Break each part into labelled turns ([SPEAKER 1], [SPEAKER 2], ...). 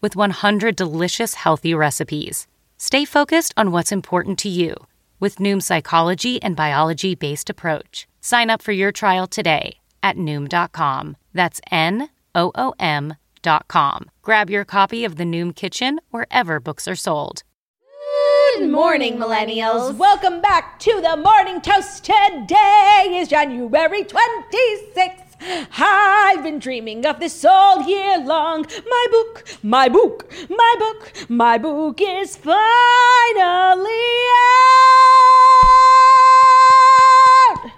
[SPEAKER 1] with 100 delicious healthy recipes. Stay focused on what's important to you with Noom's psychology and biology based approach. Sign up for your trial today at Noom.com. That's N O O M.com. Grab your copy of The Noom Kitchen wherever books are sold.
[SPEAKER 2] Good morning, millennials. Welcome back to the Morning Toast. Today is January 26th. I've been dreaming of this all year long. My book, my book, my book, my book is finally out.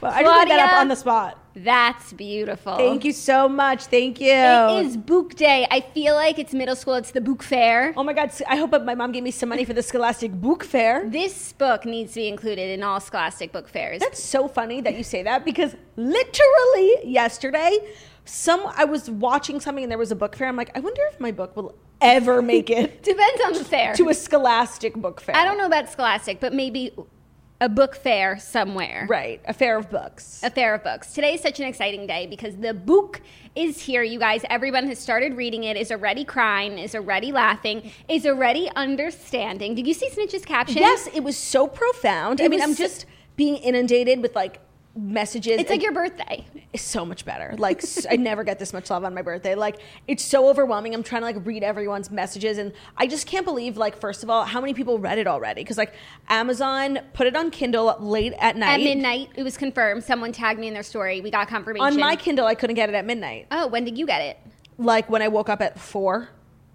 [SPEAKER 2] Well, I just made that
[SPEAKER 3] Claudia.
[SPEAKER 2] up on the spot.
[SPEAKER 3] That's beautiful.
[SPEAKER 2] Thank you so much. Thank you.
[SPEAKER 3] It is book day. I feel like it's middle school. It's the book fair.
[SPEAKER 2] Oh my God! I hope my mom gave me some money for the Scholastic Book Fair.
[SPEAKER 3] This book needs to be included in all Scholastic book fairs.
[SPEAKER 2] That's so funny that you say that because literally yesterday, some I was watching something and there was a book fair. I'm like, I wonder if my book will ever make it
[SPEAKER 3] Depends on the fair.
[SPEAKER 2] to a scholastic book fair.
[SPEAKER 3] I don't know about Scholastic, but maybe a book fair somewhere.
[SPEAKER 2] Right, a fair of books.
[SPEAKER 3] A fair of books. Today is such an exciting day because the book is here, you guys. Everyone has started reading it, is already crying, is already laughing, is already understanding. Did you see Snitch's caption?
[SPEAKER 2] yes, it was so profound. I
[SPEAKER 3] It
[SPEAKER 2] mean,
[SPEAKER 3] was
[SPEAKER 2] I'm
[SPEAKER 3] so-
[SPEAKER 2] just being inundated with like messages.
[SPEAKER 3] It's like your birthday.
[SPEAKER 2] It's so much better. Like s- I never get this much love on my birthday. Like it's so overwhelming. I'm trying to like read everyone's messages and I just can't believe like first of all how many people read it already cuz like Amazon put it on Kindle late at night.
[SPEAKER 3] At midnight, it was confirmed. Someone tagged me in their story. We got confirmation.
[SPEAKER 2] On my Kindle I couldn't get it at midnight.
[SPEAKER 3] Oh, when did you get it?
[SPEAKER 2] Like when I woke up at 4.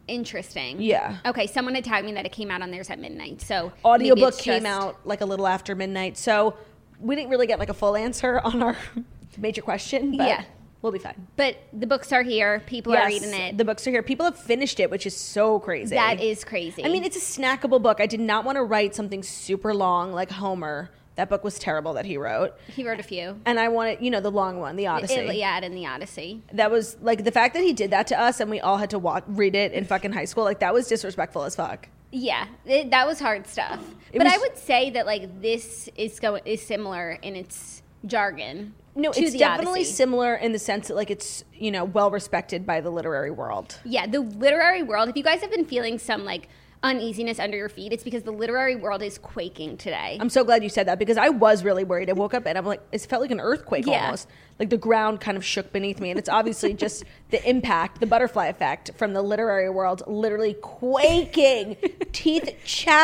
[SPEAKER 3] Interesting.
[SPEAKER 2] Yeah.
[SPEAKER 3] Okay, someone had tagged me that it came out on theirs at midnight. So maybe it's
[SPEAKER 2] Audiobook came
[SPEAKER 3] just-
[SPEAKER 2] out like a little after midnight. So we didn't really get like a full answer on our major question, but
[SPEAKER 3] Yeah.
[SPEAKER 2] we'll be fine.
[SPEAKER 3] But the books are here. People are
[SPEAKER 2] Yes,
[SPEAKER 3] reading it.
[SPEAKER 2] The books are here. People have finished it, which is so crazy.
[SPEAKER 3] that is crazy.
[SPEAKER 2] I mean, it's a snackable book. I did not want to write something super long like Homer. That book was terrible that he wrote.
[SPEAKER 3] he wrote a few.
[SPEAKER 2] And I wanted, you know, the long one, the Odyssey.
[SPEAKER 3] Iliad and the Odyssey.
[SPEAKER 2] That was like the fact that he did that to us and we all had to wa read it in fucking high school. Like that was disrespectful as fuck.
[SPEAKER 3] Yeah, it, that was hard stuff.
[SPEAKER 2] It
[SPEAKER 3] but I
[SPEAKER 2] was-
[SPEAKER 3] would say that like this is go is similar in its jargon.
[SPEAKER 2] No,
[SPEAKER 3] to
[SPEAKER 2] it's
[SPEAKER 3] the
[SPEAKER 2] definitely
[SPEAKER 3] Odyssey.
[SPEAKER 2] similar in the sense that like it's, you know, well respected by the literary world.
[SPEAKER 3] Yeah, the literary world. If you guys have been feeling some like uneasiness under your feet, it's because the literary world is quaking today.
[SPEAKER 2] I'm so glad you said that because I was really worried. I woke up and I'm like, it felt like an earthquake
[SPEAKER 3] Yeah.
[SPEAKER 2] almost. Like the ground kind of shook beneath me. And it's obviously just the impact, the butterfly effect from the literary world literally quaking, teeth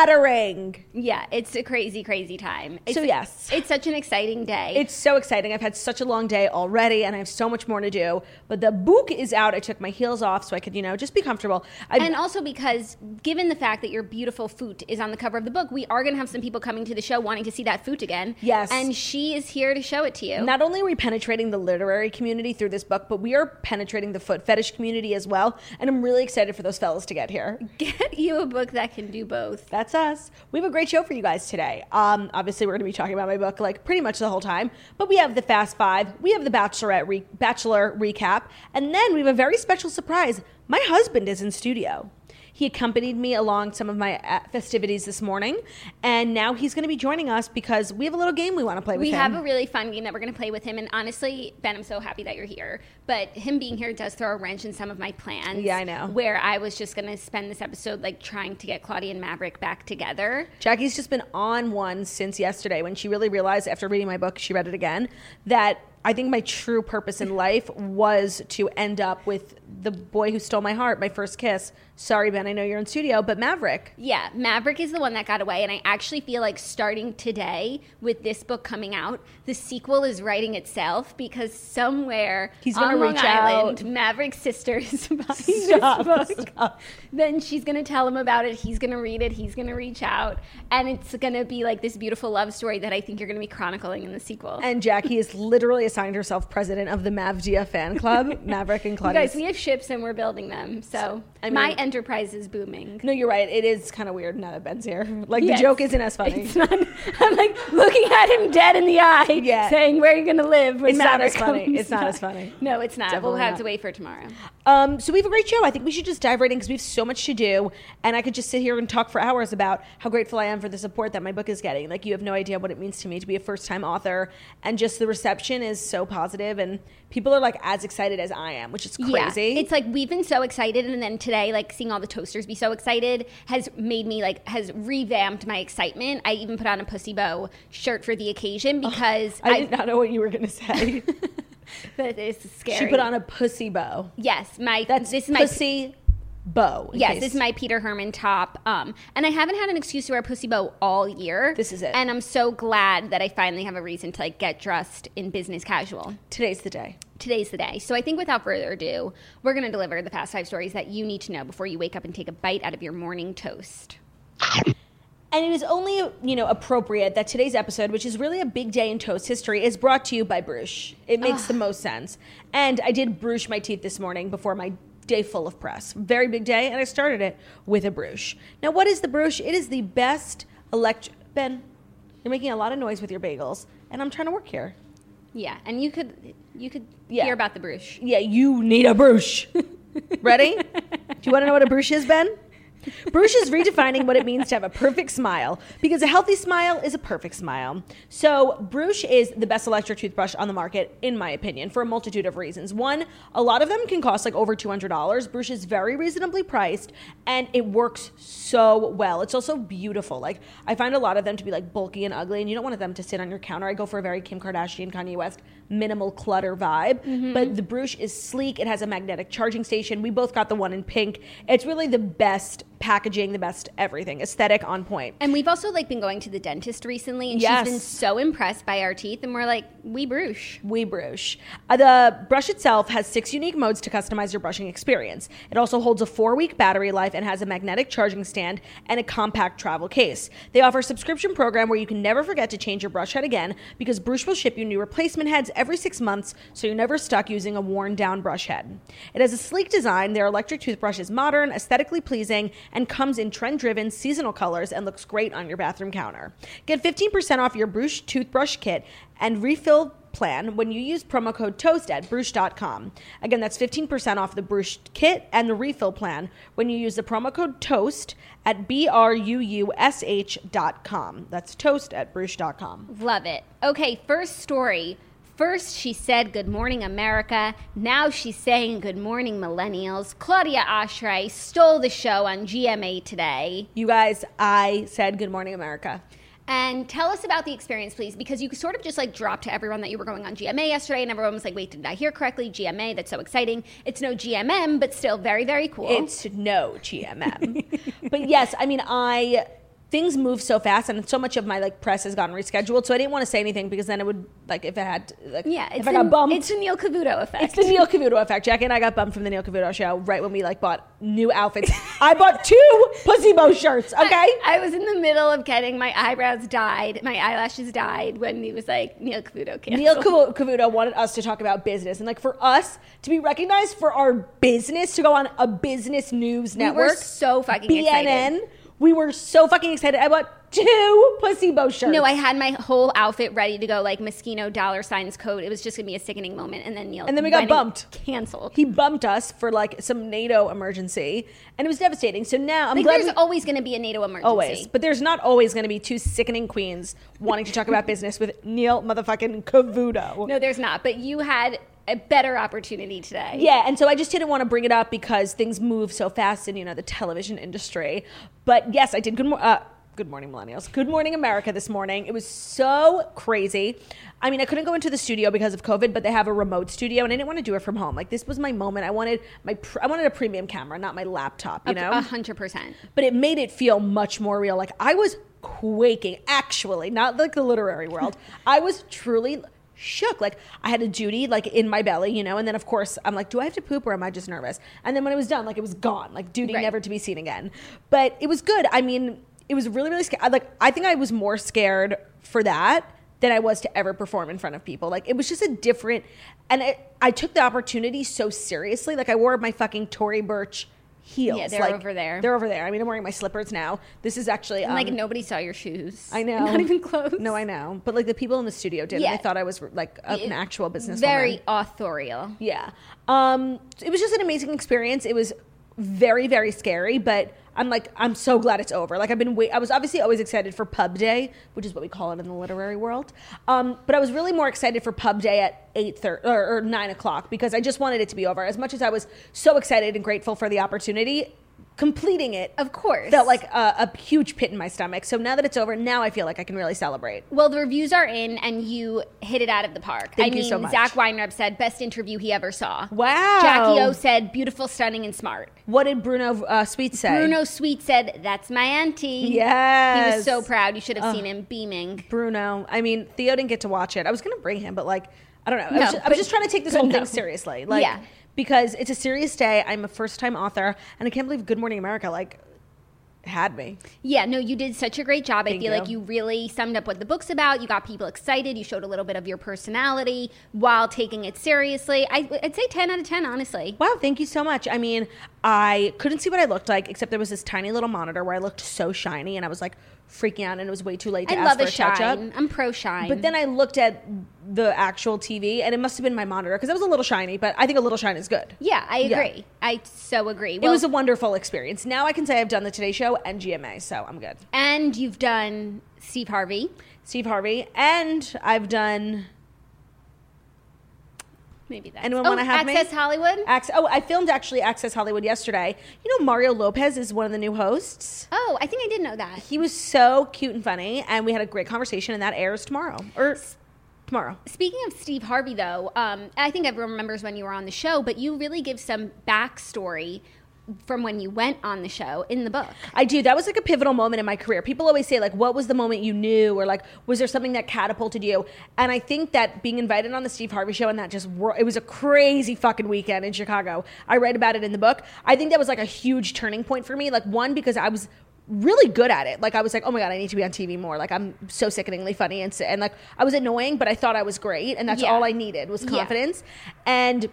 [SPEAKER 2] chattering.
[SPEAKER 3] yeah, it's a crazy, crazy time. It's,
[SPEAKER 2] So, yes.
[SPEAKER 3] it's such an exciting day.
[SPEAKER 2] It's so exciting. I've had such a long day already and I have so much more to do. But the book is out. I took my heels off so I could, you know, just be comfortable. I,
[SPEAKER 3] And also because, given the fact that your beautiful foot is on the cover of the book, we are going to have some people coming to the show wanting to see that foot again.
[SPEAKER 2] Yes.
[SPEAKER 3] And she is here to show it to you.
[SPEAKER 2] not only are we penetrating the literary community through this book, but we are penetrating the foot fetish community as well. And I'm really excited for those fellas to get here.
[SPEAKER 3] Get you a book that can do both.
[SPEAKER 2] That's us. We have a great show for you guys today. Um, obviously, we're going to be talking about my book like pretty much the whole time, but we have the Fast Five, we have the Bachelorette re- Bachelor recap, and then we have a very special surprise. My husband is in studio. He accompanied me along some of my uh, festivities this morning, and now he's going to be joining us because we have a little game we want to play with
[SPEAKER 3] We
[SPEAKER 2] him.
[SPEAKER 3] have a really fun game that we're going to play with him. And honestly, Ben, I'm so happy that you're here. But him being here does throw a wrench in some of my plans.
[SPEAKER 2] Yeah, I know.
[SPEAKER 3] Where I was just going to spend this episode like trying to get Claudia and Maverick back together.
[SPEAKER 2] Jackie's just been on one since yesterday when she really realized after reading my book, she read it again, that I think my true purpose in life was to end up with the boy who stole my heart, my first kiss. Sorry, Ben, I know you're in studio, but Maverick.
[SPEAKER 3] Yeah, Maverick is the one that got away, and I actually feel like starting today with this book coming out, the sequel is writing itself because somewhere
[SPEAKER 2] He's gonna
[SPEAKER 3] on Long
[SPEAKER 2] reach
[SPEAKER 3] Island,
[SPEAKER 2] out.
[SPEAKER 3] Maverick's sister is buying
[SPEAKER 2] Stop,
[SPEAKER 3] this book. Then she's gonna tell him about it. He's gonna read it. He's gonna reach out, and it's gonna be like this beautiful love story that I think you're gonna be chronicling in the sequel.
[SPEAKER 2] And Jackie has literally assigned herself president of the Mavdia fan club, Maverick and
[SPEAKER 3] you
[SPEAKER 2] Claudia.
[SPEAKER 3] guys, we have ships and we're building them, so
[SPEAKER 2] I
[SPEAKER 3] my
[SPEAKER 2] mean-
[SPEAKER 3] enterprise is booming.
[SPEAKER 2] no, you're right. It is kind of weird now that Ben's here. Like,
[SPEAKER 3] Yes.
[SPEAKER 2] the joke isn't as funny.
[SPEAKER 3] It's not, I'm like looking at him dead in the eye,
[SPEAKER 2] Yeah.
[SPEAKER 3] saying, "Where are you going to live?" When
[SPEAKER 2] It's not
[SPEAKER 3] Maverick
[SPEAKER 2] as funny.
[SPEAKER 3] comes
[SPEAKER 2] It's not
[SPEAKER 3] by?"
[SPEAKER 2] as funny.
[SPEAKER 3] No, it's not.
[SPEAKER 2] Definitely
[SPEAKER 3] we'll have
[SPEAKER 2] not.
[SPEAKER 3] to wait for tomorrow.
[SPEAKER 2] Um, so we have a great show. I think we should just dive right in because we have so much to do, and I could just sit here and talk for hours about how grateful I am for the support that my book is getting. Like you have no idea what it means to me to be a first-time author, and just the reception is so positive, and people are like as excited as I am, which is crazy.
[SPEAKER 3] Yeah, it's like we've been so excited, and then today, like seeing all the toasters be so excited has made me like has revamped my excitement. I even put on a pussy bow shirt for the occasion because
[SPEAKER 2] Oh, I,
[SPEAKER 3] I,
[SPEAKER 2] did not know what you were going to say.
[SPEAKER 3] that is scary.
[SPEAKER 2] she put on a pussy bow.
[SPEAKER 3] yes, my
[SPEAKER 2] That's
[SPEAKER 3] this is my
[SPEAKER 2] pussy bow. in
[SPEAKER 3] Yes,
[SPEAKER 2] case.
[SPEAKER 3] this is my Peter Herman top. Um, and I haven't had an excuse to wear a pussy bow all year.
[SPEAKER 2] This is it.
[SPEAKER 3] And I'm so glad that I finally have a reason to like get dressed in business casual.
[SPEAKER 2] Today's the day.
[SPEAKER 3] Today's the day. So I think without further ado, we're going to deliver the fast five stories that you need to know before you wake up and take a bite out of your morning toast.
[SPEAKER 2] And it is only, you know, appropriate that today's episode, which is really a big day in toast history, is brought to you by Bruges. It makes the most sense. And I did brush my teeth this morning before my day full of press. Very big day, and I started it with a brush. Now, what is the brush? It is the best elect Ben, you're making a lot of noise with your bagels, and I'm trying to work here.
[SPEAKER 3] Yeah, and you could you could
[SPEAKER 2] Yeah.
[SPEAKER 3] hear about the brush.
[SPEAKER 2] Yeah, you need a brush. Ready? Do you want to know what a brush is, Ben? Bruce is redefining what it means to have a perfect smile because a healthy smile is a perfect smile. So, Bruce is the best electric toothbrush on the market, in my opinion, for a multitude of reasons. One, a lot of them can cost like over $200. Bruce is very reasonably priced and it works so well. It's also beautiful. Like, I find a lot of them to be like bulky and ugly, and you don't want them to sit on your counter. I go for a very Kim Kardashian, Kanye West, minimal clutter vibe. But the Bruce is sleek, it has a magnetic charging station. We both got the one in pink. It's really the best packaging, the best everything, aesthetic on point.
[SPEAKER 3] And we've also like been going to the dentist recently, and
[SPEAKER 2] Yes.
[SPEAKER 3] she's been so impressed by our teeth, and we're like, we brush.
[SPEAKER 2] We brush. Uh, the brush itself has six unique modes to customize your brushing experience. It also holds a four week battery life and has a magnetic charging stand and a compact travel case. They offer a subscription program where you can never forget to change your brush head again because Bruce will ship you new replacement heads every six months so you're never stuck using a worn down brush head. It has a sleek design, their electric toothbrush is modern, aesthetically pleasing, and comes in trend driven seasonal colors and looks great on your bathroom counter. Get 15% off your Bruce toothbrush kit and refill plan when you use promo code toast at bruce.com again that's 15% off the bruce kit and the refill plan when you use the promo code toast at b-r-u-u-s-h dot com that's toast at bruce.com
[SPEAKER 3] Love it. Okay, first story. First, she said, Good morning, America. Now she's saying, Good morning, millennials. Claudia Ashray stole the show on GMA today.
[SPEAKER 2] you guys i said good morning america
[SPEAKER 3] And tell us about the experience, please, because you sort of just like dropped to everyone that you were going on GMA yesterday, and everyone was like, Wait, did I hear correctly? GMA, that's so exciting. It's no GMM, but still very, very cool.
[SPEAKER 2] It's no GMM. but yes, I mean, I things move so fast, and so much of my like press has gotten rescheduled. So I didn't want to say anything because then it would like if it had like
[SPEAKER 3] yeah,
[SPEAKER 2] if
[SPEAKER 3] it's,
[SPEAKER 2] I got
[SPEAKER 3] the,
[SPEAKER 2] bumped.
[SPEAKER 3] it's the Neil Cavuto effect.
[SPEAKER 2] It's the Neil Cavuto effect. Jackie and I got bumped from the Neil Cavuto show right when we like bought new outfits. I bought two Pussy Bow shirts. Okay.
[SPEAKER 3] I, I was in the middle of getting my eyebrows dyed, my eyelashes dyed when he was like Neil Cavuto canceled.
[SPEAKER 2] Neil Cavu- Cavuto wanted us to talk about business, and like for us to be recognized for our business, to go on a business news network,
[SPEAKER 3] were so fucking
[SPEAKER 2] BNN. We were so fucking excited. I bought two Pussy Bow shirts.
[SPEAKER 3] No, I had my whole outfit ready to go, like Moschino dollar signs coat. It was just gonna be a sickening moment, and then Neil
[SPEAKER 2] And then we got
[SPEAKER 3] went and
[SPEAKER 2] bumped.
[SPEAKER 3] canceled.
[SPEAKER 2] He bumped us for like some NATO emergency, and it was devastating. So now I'm
[SPEAKER 3] like,
[SPEAKER 2] glad we-
[SPEAKER 3] there's always gonna be a NATO emergency.
[SPEAKER 2] always, but there's not always going to be two sickening queens wanting to talk about business with Neil motherfucking Cavuto.
[SPEAKER 3] no, there's not. But you had a better opportunity today.
[SPEAKER 2] Yeah, and so I just didn't want to bring it up because things move so fast in you know the television industry. But yes, I did. Good morning. Uh, Good morning, millennials. Good morning, America. This morning, it was so crazy. I mean, I couldn't go into the studio because of COVID, but they have a remote studio, and I didn't want to do it from home. Like this was my moment. I wanted my pr- I wanted a premium camera, not my laptop. You know,
[SPEAKER 3] A hundred percent.
[SPEAKER 2] but it made it feel much more real. Like I was quaking, actually, not like the literary world. I was truly shook. Like I had a duty like in my belly, you know, and then of course I'm like, do I have to poop or am I just nervous? And then when it was done, like it was gone. Like duty
[SPEAKER 3] Right.
[SPEAKER 2] never to be seen again. But it was good. I mean, it was really, really scary. Like I think I was more scared for that than I was to ever perform in front of people. Like it was just a different and I I took the opportunity so seriously. Like I wore my fucking Tory Burch heels.
[SPEAKER 3] Yeah, they're
[SPEAKER 2] like,
[SPEAKER 3] over there.
[SPEAKER 2] They're over there. I mean, I'm wearing my slippers now. This is actually um,
[SPEAKER 3] like nobody saw your shoes.
[SPEAKER 2] I know,
[SPEAKER 3] Not even close.
[SPEAKER 2] No, I know. But like the people in the studio did.
[SPEAKER 3] Yeah.
[SPEAKER 2] And I thought I was like a- an actual business.
[SPEAKER 3] Very authorial.
[SPEAKER 2] Yeah. Um, it was just an amazing experience. It was very, very scary, but I'm like, I'm so glad it's over. Like I've been wait I was obviously always excited for pub day, which is what we call it in the literary world. Um, but I was really more excited for pub day at eight thirty or, or nine o'clock because I just wanted it to be over. As much as I was so excited and grateful for the opportunity, completing it
[SPEAKER 3] Of course.
[SPEAKER 2] felt like a, a huge pit in my stomach. So now that it's over, now I feel like I can really celebrate.
[SPEAKER 3] Well, the reviews are in, and you hit it out of the park.
[SPEAKER 2] Thank
[SPEAKER 3] I
[SPEAKER 2] you
[SPEAKER 3] mean,
[SPEAKER 2] so much.
[SPEAKER 3] Zach Weinreb said best interview he ever saw.
[SPEAKER 2] Wow.
[SPEAKER 3] Jackie O said beautiful, stunning, and smart.
[SPEAKER 2] What did Bruno uh, Sweet say?
[SPEAKER 3] Bruno Sweet said that's my auntie. he
[SPEAKER 2] Yes.
[SPEAKER 3] was so proud. You should have seen him beaming.
[SPEAKER 2] Bruno. I mean, Theo didn't get to watch it. I was gonna bring him, but like, I don't know. I,
[SPEAKER 3] No,
[SPEAKER 2] was, just, I
[SPEAKER 3] but-
[SPEAKER 2] was just trying to take this whole thing seriously, like,
[SPEAKER 3] Yeah.
[SPEAKER 2] because it's a serious day. I'm a first time author, and I can't believe Good Morning America like had me.
[SPEAKER 3] Yeah, no, you did such a great job. I
[SPEAKER 2] Thank
[SPEAKER 3] feel
[SPEAKER 2] you.
[SPEAKER 3] like you really summed up what the book's about. You got people excited. You showed a little bit of your personality while taking it seriously. I, I'd say 10 out of 10, honestly.
[SPEAKER 2] Wow, thank you so much. I mean, I couldn't see what I looked like, except there was this tiny little monitor where I looked so shiny, and I was like freaking out, and it was way too late to
[SPEAKER 3] I
[SPEAKER 2] ask
[SPEAKER 3] love
[SPEAKER 2] for
[SPEAKER 3] a
[SPEAKER 2] a touch up.
[SPEAKER 3] shine. I'm pro shine.
[SPEAKER 2] But then I looked at the actual TV, and it must have been my monitor because it was a little shiny. But I think a little shine is good.
[SPEAKER 3] yeah, I
[SPEAKER 2] Yeah.
[SPEAKER 3] agree. I so agree. Well,
[SPEAKER 2] it was a wonderful experience. Now I can say I've done the Today Show and GMA, so I'm good.
[SPEAKER 3] and you've done Steve Harvey.
[SPEAKER 2] Steve Harvey, and I've done.
[SPEAKER 3] Maybe that's
[SPEAKER 2] Anyone
[SPEAKER 3] oh,
[SPEAKER 2] want to have me?
[SPEAKER 3] Access Hollywood.
[SPEAKER 2] Acc- oh, I filmed actually Access Hollywood yesterday. You know, Mario Lopez is one of the new hosts.
[SPEAKER 3] oh, I think I did know that.
[SPEAKER 2] He was so cute and funny, and we had a great conversation. And that airs tomorrow or tomorrow.
[SPEAKER 3] Speaking of Steve Harvey, though, um, I think everyone remembers when you were on the show, but you really give some backstory from when you went on the show in the book.
[SPEAKER 2] I do. That was like a pivotal moment in my career. People always say, like, what was the moment you knew? Or, like, was there something that catapulted you? And I think that being invited on the Steve Harvey show and that just, wor- it was a crazy fucking weekend in Chicago. I write about it in the book. I think that was like a huge turning point for me. Like, one, because I was really good at it. Like, I was like, oh my God, I need to be on TV more. Like, I'm so sickeningly funny. And, s- and like, I was annoying, but I thought I was great. And that's
[SPEAKER 3] Yeah.
[SPEAKER 2] all I needed was
[SPEAKER 3] Yeah.
[SPEAKER 2] confidence. And,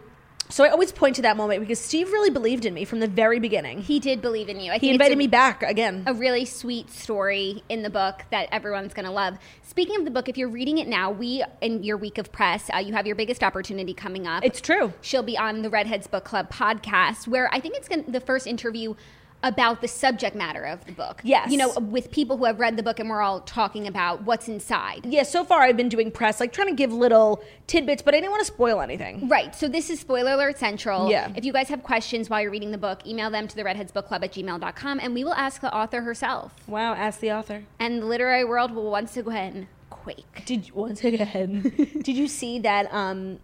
[SPEAKER 2] so I always point to that moment because Steve really believed in me from the very beginning. He,
[SPEAKER 3] He did believe in you. I think
[SPEAKER 2] he
[SPEAKER 3] it's
[SPEAKER 2] invited
[SPEAKER 3] a-
[SPEAKER 2] me back again.
[SPEAKER 3] a really sweet story in the book that everyone's going to love. Speaking of the book, if you're reading it now, we in your week of press, uh, you have your biggest opportunity coming up.
[SPEAKER 2] It's true.
[SPEAKER 3] She'll be on the Redheads Book Club podcast, where I think it's gonna, the first interview about the subject matter of the book.
[SPEAKER 2] Yes.
[SPEAKER 3] you know, with people who have read the book, and we're all talking about what's inside.
[SPEAKER 2] yeah, so far I've been doing press, like trying to give little tidbits, but I didn't want to spoil anything.
[SPEAKER 3] Right. So this is Spoiler Alert Central.
[SPEAKER 2] Yeah.
[SPEAKER 3] If you guys have questions while you're reading the book, email them to the redheadsbookclub at gmail.com and we will ask the author herself.
[SPEAKER 2] Wow, ask the author.
[SPEAKER 3] And the literary world will once again quake.
[SPEAKER 2] Did once again? did you see that um,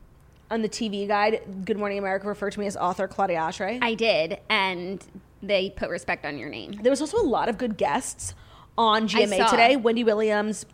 [SPEAKER 2] on the TV guide? Good Morning America referred to me as author Claudia Ashray.
[SPEAKER 3] I did, and they put respect on your name.
[SPEAKER 2] there was also a lot of good guests on GMA
[SPEAKER 3] saw.
[SPEAKER 2] today. Wendy Williams,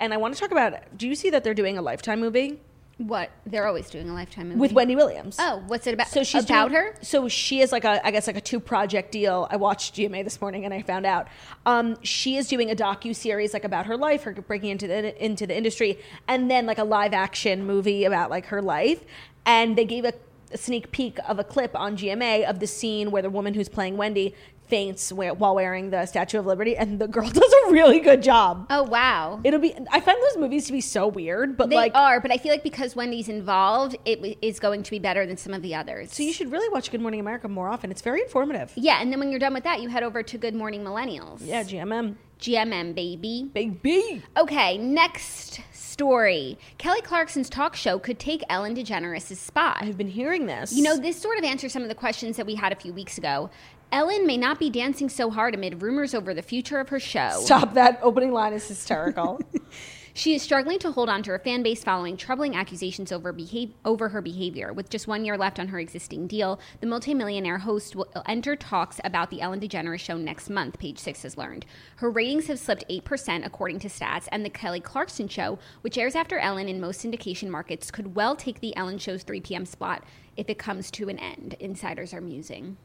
[SPEAKER 2] and I want to talk about. Do you see that they're doing a Lifetime movie
[SPEAKER 3] What? They're always doing a lifetime movie.
[SPEAKER 2] with Wendy Williams?
[SPEAKER 3] Oh, what's it about?
[SPEAKER 2] So she's
[SPEAKER 3] about
[SPEAKER 2] doing-
[SPEAKER 3] her.
[SPEAKER 2] So she is like a, I guess like a two project deal. I watched GMA this morning and I found out um, she is doing a docu series like about her life, her breaking into the into the industry, and then like a live action movie about like her life. And they gave a, a sneak peek of a clip on GMA of the scene where the woman who's playing Wendy faints whe- while wearing the Statue of Liberty, and the girl does a really good job.
[SPEAKER 3] Oh wow.
[SPEAKER 2] It'll be. I find those movies to be so weird, but
[SPEAKER 3] they
[SPEAKER 2] like.
[SPEAKER 3] are, but I feel like because Wendy's involved, it w- is going to be better than some of the others.
[SPEAKER 2] so you should really watch Good Morning America more often. It's very informative.
[SPEAKER 3] yeah, and then when you're done with that, you head over to Good Morning Millennials.
[SPEAKER 2] Yeah, GMM.
[SPEAKER 3] GMM baby.
[SPEAKER 2] Big B.
[SPEAKER 3] Okay, next story. Kelly Clarkson's talk show could take Ellen DeGeneres' spot.
[SPEAKER 2] I've been hearing this.
[SPEAKER 3] You know, this sort of answers some of the questions that we had a few weeks ago. Ellen may not be dancing so hard amid rumors over the future of her show.
[SPEAKER 2] Stop that opening line is hysterical.
[SPEAKER 3] She is struggling to hold on to her fan base following troubling accusations over behave- over her behavior. With just one year left on her existing deal, the multimillionaire host will enter talks about the Ellen DeGeneres show next month, page six has learned. Her ratings have slipped 8% according to stats, and the Kelly Clarkson show, which airs after Ellen in most syndication markets, could well take the Ellen show's 3 p.m. spot if it comes to an end, insiders are musing.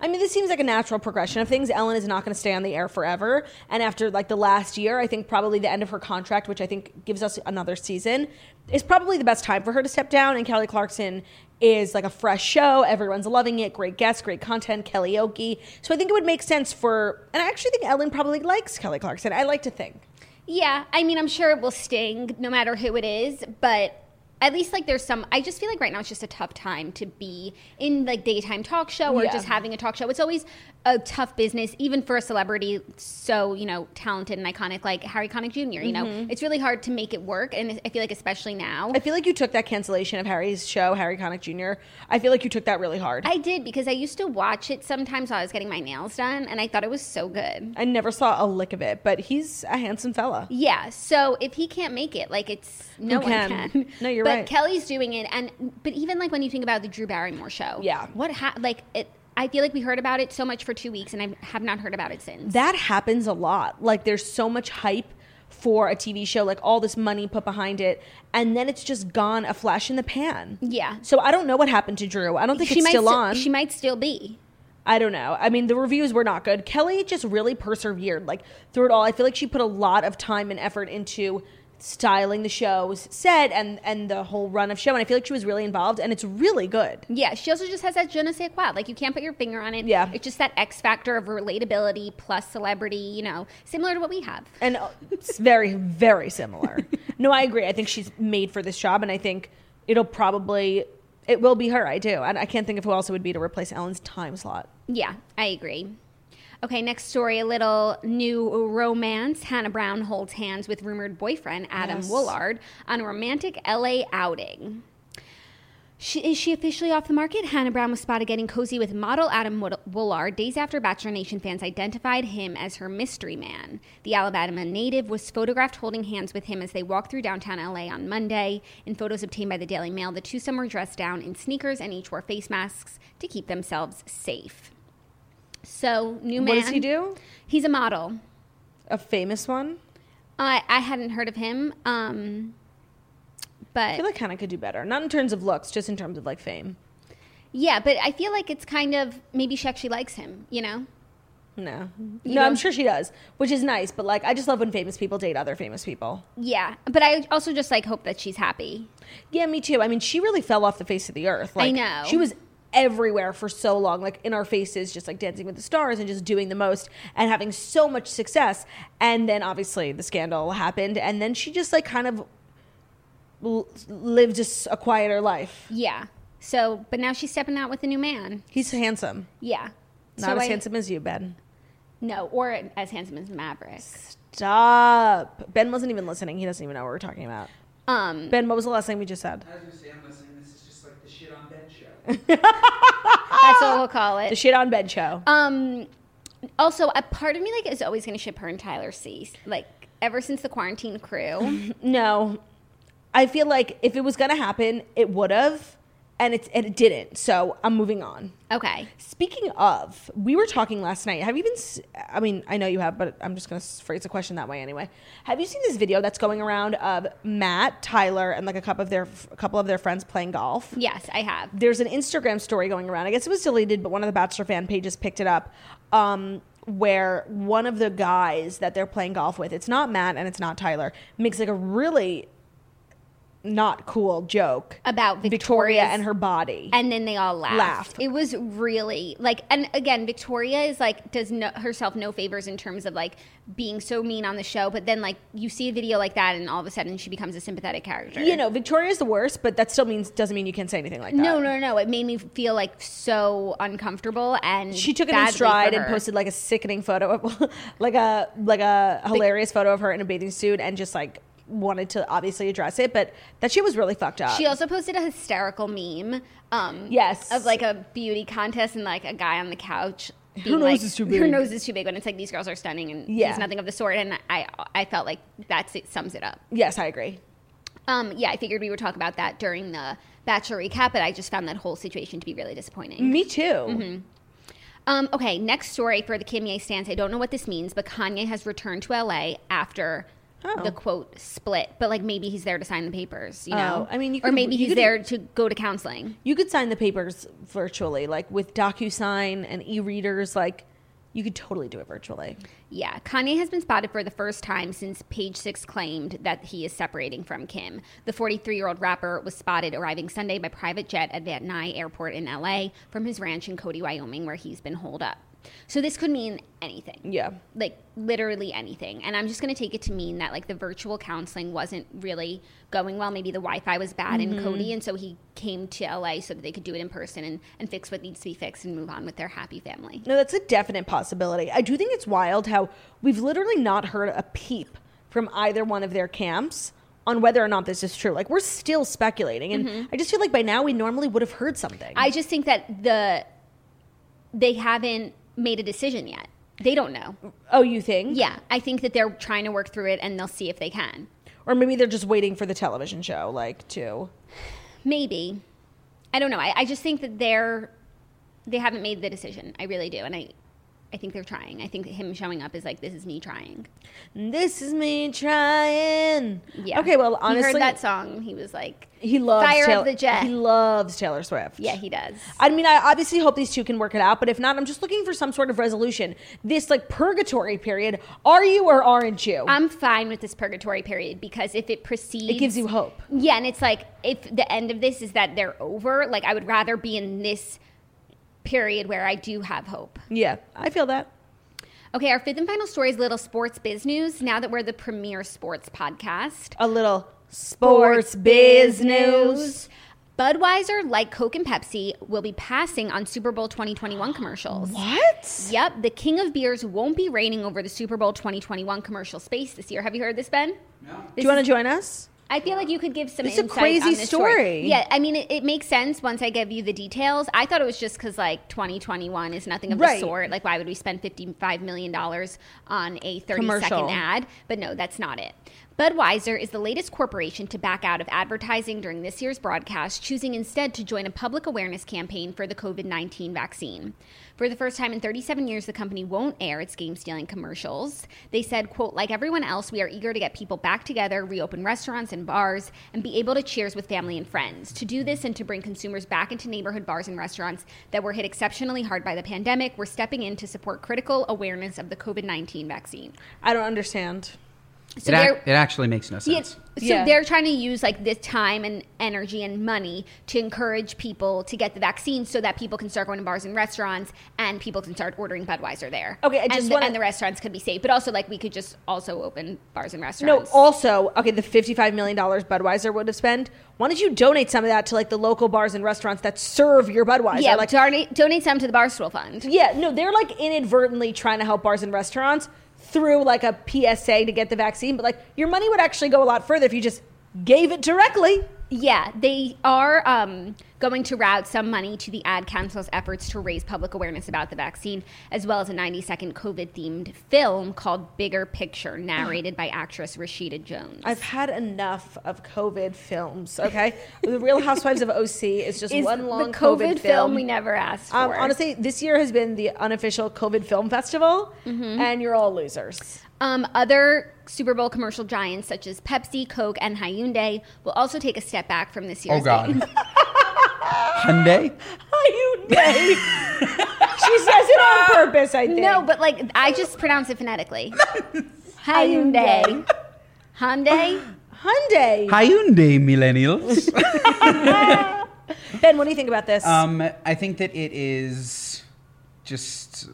[SPEAKER 2] I mean, this seems like a natural progression of things. Ellen is not going to stay on the air forever. And after like the last year, I think probably the end of her contract, which I think gives us another season, is probably the best time for her to step down. And Kelly Clarkson is like a fresh show. Everyone's loving it. Great guests, great content, karaoke. So I think it would make sense for, and I actually think Ellen probably likes Kelly Clarkson. I like to think.
[SPEAKER 3] Yeah, I mean, I'm sure it will sting no matter who it is, but at least like there's some. I just feel like right now it's just a tough time to be in like daytime talk show or
[SPEAKER 2] Yeah.
[SPEAKER 3] just having a talk show. It's always a tough business, even for a celebrity so you know talented and iconic like Harry Connick Jr. You know, it's really hard to make it work, and I feel like especially now.
[SPEAKER 2] Mm-hmm. I feel like you took that cancellation of Harry's show, Harry Connick Jr. I feel like you took that really hard. I,
[SPEAKER 3] I did because I used to watch it sometimes while I was getting my nails done, and I thought it was so good.
[SPEAKER 2] never saw a lick of it, but he's a handsome fella.
[SPEAKER 3] Yeah. So if he can't make it, like it's no
[SPEAKER 2] Who
[SPEAKER 3] one
[SPEAKER 2] can?
[SPEAKER 3] can.
[SPEAKER 2] No, you're
[SPEAKER 3] but
[SPEAKER 2] right.
[SPEAKER 3] Kelly's doing it, and but even like when you think about the Drew Barrymore show,
[SPEAKER 2] Yeah.
[SPEAKER 3] what ha- like it. I feel like we heard about it so much for two weeks, and I have not heard about it since.
[SPEAKER 2] that happens a lot. Like there's so much hype for a TV show, like all this money put behind it, and then it's just gone a flash in the pan.
[SPEAKER 3] Yeah.
[SPEAKER 2] So I don't know what happened to Drew. I don't think it's
[SPEAKER 3] might
[SPEAKER 2] still
[SPEAKER 3] sti-
[SPEAKER 2] on.
[SPEAKER 3] She might still be.
[SPEAKER 2] I don't know. I mean, the reviews were not good. Kelly just really persevered, like through it all. I feel like she put a lot of time and effort into styling the show's set and and the whole run of show, and I feel like she was really involved, and it's really good.
[SPEAKER 3] Yeah, she also just has that je ne sais quoi. Like you can't put your finger on it.
[SPEAKER 2] Yeah.
[SPEAKER 3] it's just that X factor of relatability plus celebrity. You know, similar to what we have.
[SPEAKER 2] and uh, it's very very similar no i agree i think she's made for this job and i think it'll probably it will be her i do and i can't think of who else it would be to replace ellen's time slot
[SPEAKER 3] Yeah, I agree. Okay, next story a little new romance. Hannah Brown holds hands with rumored boyfriend Adam
[SPEAKER 2] Yes.
[SPEAKER 3] Woolard on a romantic LA outing. She, is she officially off the market? Hannah Brown was spotted getting cozy with model Adam Wood- Woolard days after Bachelor Nation fans identified him as her mystery man. The Alabama native was photographed holding hands with him as they walked through downtown LA on Monday. In photos obtained by the Daily Mail, the twosome were dressed down in sneakers and each wore face masks to keep themselves safe. So, new man.
[SPEAKER 2] what does he do
[SPEAKER 3] He's a model.
[SPEAKER 2] a famous one
[SPEAKER 3] I I hadn't heard of him, um,
[SPEAKER 2] i
[SPEAKER 3] but
[SPEAKER 2] feel like hannah could do better not in terms of looks just in terms of like fame
[SPEAKER 3] yeah, but I feel like it's kind of maybe she actually likes him, you know?
[SPEAKER 2] no
[SPEAKER 3] You
[SPEAKER 2] no i'm
[SPEAKER 3] don't-
[SPEAKER 2] sure she does which is nice but like i just love when famous people date other famous people
[SPEAKER 3] Yeah, but I also just like hope that she's happy.
[SPEAKER 2] Yeah, me too. I mean, she really fell off the face of the earth. Like,
[SPEAKER 3] know.
[SPEAKER 2] She was everywhere for so long, like in our faces, just like dancing with the stars and just doing the most and having so much success. And then obviously the scandal happened. And then she just like kind of l- lived a, s- a quieter life.
[SPEAKER 3] Yeah. So, but now she's stepping out with a new man.
[SPEAKER 2] He's handsome.
[SPEAKER 3] Yeah.
[SPEAKER 2] Not
[SPEAKER 3] so
[SPEAKER 2] as
[SPEAKER 3] I-
[SPEAKER 2] handsome as you, Ben.
[SPEAKER 3] No, or as handsome as Maverick.
[SPEAKER 2] Stop. Ben wasn't even listening. He doesn't even know what we're talking about.
[SPEAKER 3] Um,
[SPEAKER 2] Ben, what was the last thing we just said?
[SPEAKER 4] I was gonna say, I'm listening. This is just like the shit on bed show.
[SPEAKER 3] that's what we'll call
[SPEAKER 2] ah! The
[SPEAKER 3] it.
[SPEAKER 2] shit on Ben show.
[SPEAKER 3] Um, also, a part of me like is always going to ship her and Tyler C. Like ever since the quarantine crew.
[SPEAKER 2] No, I feel like if it was gonna happen, it would have, and it's and it didn't. So I'm moving on.
[SPEAKER 3] okay.
[SPEAKER 2] Speaking of, we were talking last night. Have you been? s- I mean, I know you have, but I'm just gonna s- phrase the question that way anyway. Have you seen this video that's going around of Matt, Tyler, and like a couple of their a couple of their friends playing golf?
[SPEAKER 3] Yes, I have.
[SPEAKER 2] there's an Instagram story going around. I guess it was deleted, but one of the Bachelor fan pages picked it up. Um, where one of the guys that they're playing golf with, it's not Matt and it's not Tyler, makes like a really not cool joke
[SPEAKER 3] About
[SPEAKER 2] Victoria
[SPEAKER 3] Victoria's-
[SPEAKER 2] and her body.
[SPEAKER 3] and then they all laughed.
[SPEAKER 2] Laughed.
[SPEAKER 3] It was really like, and again, Victoria is like does no, herself no favors in terms of like being so mean on the show, but then like you see a video like that, and all of a sudden she becomes a sympathetic character.
[SPEAKER 2] you know, uh, Victoria's the worst, but that still means doesn't mean you can't say anything like that.
[SPEAKER 3] No, no, no. It made me feel like so uncomfortable, and
[SPEAKER 2] She took it in
[SPEAKER 3] badly for
[SPEAKER 2] stride and
[SPEAKER 3] her.
[SPEAKER 2] posted like a sickening photo of like a like a hilarious photo of her in a bathing suit and just like wanted to obviously address it, but that shit was really fucked up.
[SPEAKER 3] She also posted a hysterical meme. Um,
[SPEAKER 2] Yes.
[SPEAKER 3] Of like a beauty contest and like a guy on the couch being
[SPEAKER 2] nose
[SPEAKER 3] like,
[SPEAKER 2] is too
[SPEAKER 3] Her
[SPEAKER 2] big."
[SPEAKER 3] nose is too big when it's like these girls are stunning and
[SPEAKER 2] Yeah.
[SPEAKER 3] he's nothing of the sort. And I, I felt like that's it sums it up.
[SPEAKER 2] Yes, I agree.
[SPEAKER 3] Um, yeah, I figured we would talk about that during the Bachelor recap, but I just found that whole situation to be really disappointing.
[SPEAKER 2] Me too.
[SPEAKER 3] Mm-hmm. Um, okay, next story for the Kimye stance. I don't know what this means, but Kanye has returned to LA after
[SPEAKER 2] Oh.
[SPEAKER 3] the quote split. But like maybe he's there to sign the papers, you
[SPEAKER 2] Oh,
[SPEAKER 3] know?
[SPEAKER 2] I mean, you
[SPEAKER 3] or
[SPEAKER 2] could-
[SPEAKER 3] maybe
[SPEAKER 2] you
[SPEAKER 3] he's
[SPEAKER 2] could-
[SPEAKER 3] there to go to counseling.
[SPEAKER 2] You could sign the papers virtually, like with DocuSign and e-readers. Like, you could totally do it virtually.
[SPEAKER 3] Yeah, Kanye has been spotted for the first time since Page Six claimed that he is separating from Kim. The 43 year old rapper was spotted arriving Sunday by private jet at Van Nuys Airport in LA from his ranch in Cody, Wyoming, where he's been holed up. So this could mean anything.
[SPEAKER 2] Yeah.
[SPEAKER 3] Like literally anything. And I'm just going to take it to mean that like the virtual counseling wasn't really going well. Maybe the Wi Fi was bad in Cody. And so he came to LA so that they could do it in person and, and fix what needs to be fixed and move on with their happy family.
[SPEAKER 2] No, that's a definite possibility. I do think it's wild how we've literally not heard a peep from either one of their camps on whether or not this is true. Like we're still speculating, and I just feel like by now we normally would have heard something.
[SPEAKER 3] Mm-hmm. I just think that the they haven't made a decision yet. They don't know.
[SPEAKER 2] oh, you think?
[SPEAKER 3] Yeah, I think that they're trying to work through it and they'll see if they can.
[SPEAKER 2] Or maybe they're just waiting for the television show, like to.
[SPEAKER 3] Maybe. I don't know. I, I just think that they're they haven't made the decision. I really do. And I I think they're trying. I think that him showing up is like this is me trying.
[SPEAKER 2] This is me trying.
[SPEAKER 3] Yeah.
[SPEAKER 2] Okay. Well,
[SPEAKER 3] he
[SPEAKER 2] honestly,
[SPEAKER 3] heard that song. He was like,
[SPEAKER 2] he loves
[SPEAKER 3] Fire
[SPEAKER 2] Taylor,
[SPEAKER 3] of the Jet.
[SPEAKER 2] He loves Taylor Swift.
[SPEAKER 3] yeah, he does.
[SPEAKER 2] I mean, I obviously hope these two can work it out, but if not, I'm just looking for some sort of resolution. This like purgatory period. Are you or aren't you?
[SPEAKER 3] I'm fine with this purgatory period because if it proceeds,
[SPEAKER 2] it gives you hope.
[SPEAKER 3] Yeah, and it's like if the end of this is that they're over, like I would rather be in this period where I do have hope.
[SPEAKER 2] Yeah, I feel that.
[SPEAKER 3] Okay, our fifth and final story is little sports biz news. Now that we're the premier sports podcast,
[SPEAKER 2] A little sports biz news.
[SPEAKER 3] Budweiser, like Coke and Pepsi, will be passing on Super Bowl 2021 commercials.
[SPEAKER 2] What?
[SPEAKER 3] Yep, the king of beers won't be reigning over the Super Bowl 2021 commercial space this year. Have you heard this, Ben?
[SPEAKER 4] No.
[SPEAKER 2] Do you want to join us?
[SPEAKER 3] I feel like you could give some.
[SPEAKER 2] It's a
[SPEAKER 3] insight
[SPEAKER 2] crazy
[SPEAKER 3] on this story.
[SPEAKER 2] story.
[SPEAKER 3] Yeah, I mean, it, it makes sense once I give you the details. I thought it was just because like 2021 is nothing of
[SPEAKER 2] Right.
[SPEAKER 3] the sort. Like, why would we spend 55 million dollars on a 30 second
[SPEAKER 2] Commercial.
[SPEAKER 3] ad? But no, that's not it. Budweiser is the latest corporation to back out of advertising during this year's broadcast, choosing instead to join a public awareness campaign for the COVID 19 vaccine. For the first time in 37 years, the company won't air its game stealing commercials. They said, quote, like everyone else, we are eager to get people back together, reopen restaurants and bars, and be able to cheers with family and friends. To do this and to bring consumers back into neighborhood bars and restaurants that were hit exceptionally hard by the pandemic, we're stepping in to support critical awareness of the COVID 19 vaccine.
[SPEAKER 2] I don't understand.
[SPEAKER 3] So
[SPEAKER 5] It, ac-
[SPEAKER 3] they're-
[SPEAKER 5] it actually makes no
[SPEAKER 3] yeah,
[SPEAKER 5] sense.
[SPEAKER 3] so
[SPEAKER 2] Yeah.
[SPEAKER 3] they're trying to use like this time and energy and money to encourage people to get the vaccine so that people can start going to bars and restaurants and people can start ordering Budweiser there.
[SPEAKER 2] Okay, I
[SPEAKER 3] and,
[SPEAKER 2] just
[SPEAKER 3] the,
[SPEAKER 2] wanna-
[SPEAKER 3] and the restaurants could be safe, but also like we could just also open bars and
[SPEAKER 2] No,
[SPEAKER 3] restaurants.
[SPEAKER 2] also, okay, the $55 million Budweiser would have spent. Why don't you donate some of that to like the local bars and restaurants that serve your Budweiser?
[SPEAKER 3] yeah,
[SPEAKER 2] like,
[SPEAKER 3] donate, donate some to the Barstool Fund.
[SPEAKER 2] yeah, no, they're like inadvertently trying to help bars and restaurants through like a PSA to get the vaccine, but like your money would actually go a lot further if you just gave it directly.
[SPEAKER 3] Yeah, they are um, going to route some money to the Ad Council's efforts to raise public awareness about the vaccine, as well as a 90 second COVID themed film called Bigger Picture, narrated by actress Rashida Jones.
[SPEAKER 2] I've had enough of COVID films. Okay, The Real Housewives of OC is just
[SPEAKER 3] is
[SPEAKER 2] one long
[SPEAKER 3] the COVID, film.
[SPEAKER 2] film.
[SPEAKER 3] we never asked for.
[SPEAKER 2] um, honestly, this year has been the unofficial COVID film festival, and you're all losers.
[SPEAKER 3] Um, other Super Bowl commercial giants such as Pepsi, Coke, and Hyundai will also take a step back from this year's.
[SPEAKER 5] oh God.
[SPEAKER 3] game.
[SPEAKER 5] Hyundai.
[SPEAKER 2] Hyundai. she says it on purpose. I think.
[SPEAKER 3] No, but like I just pronounce it phonetically. Hyundai. Hyundai.
[SPEAKER 2] Hyundai.
[SPEAKER 5] Hyundai millennials.
[SPEAKER 2] ben, what do you think about this?
[SPEAKER 5] um, I think that it is just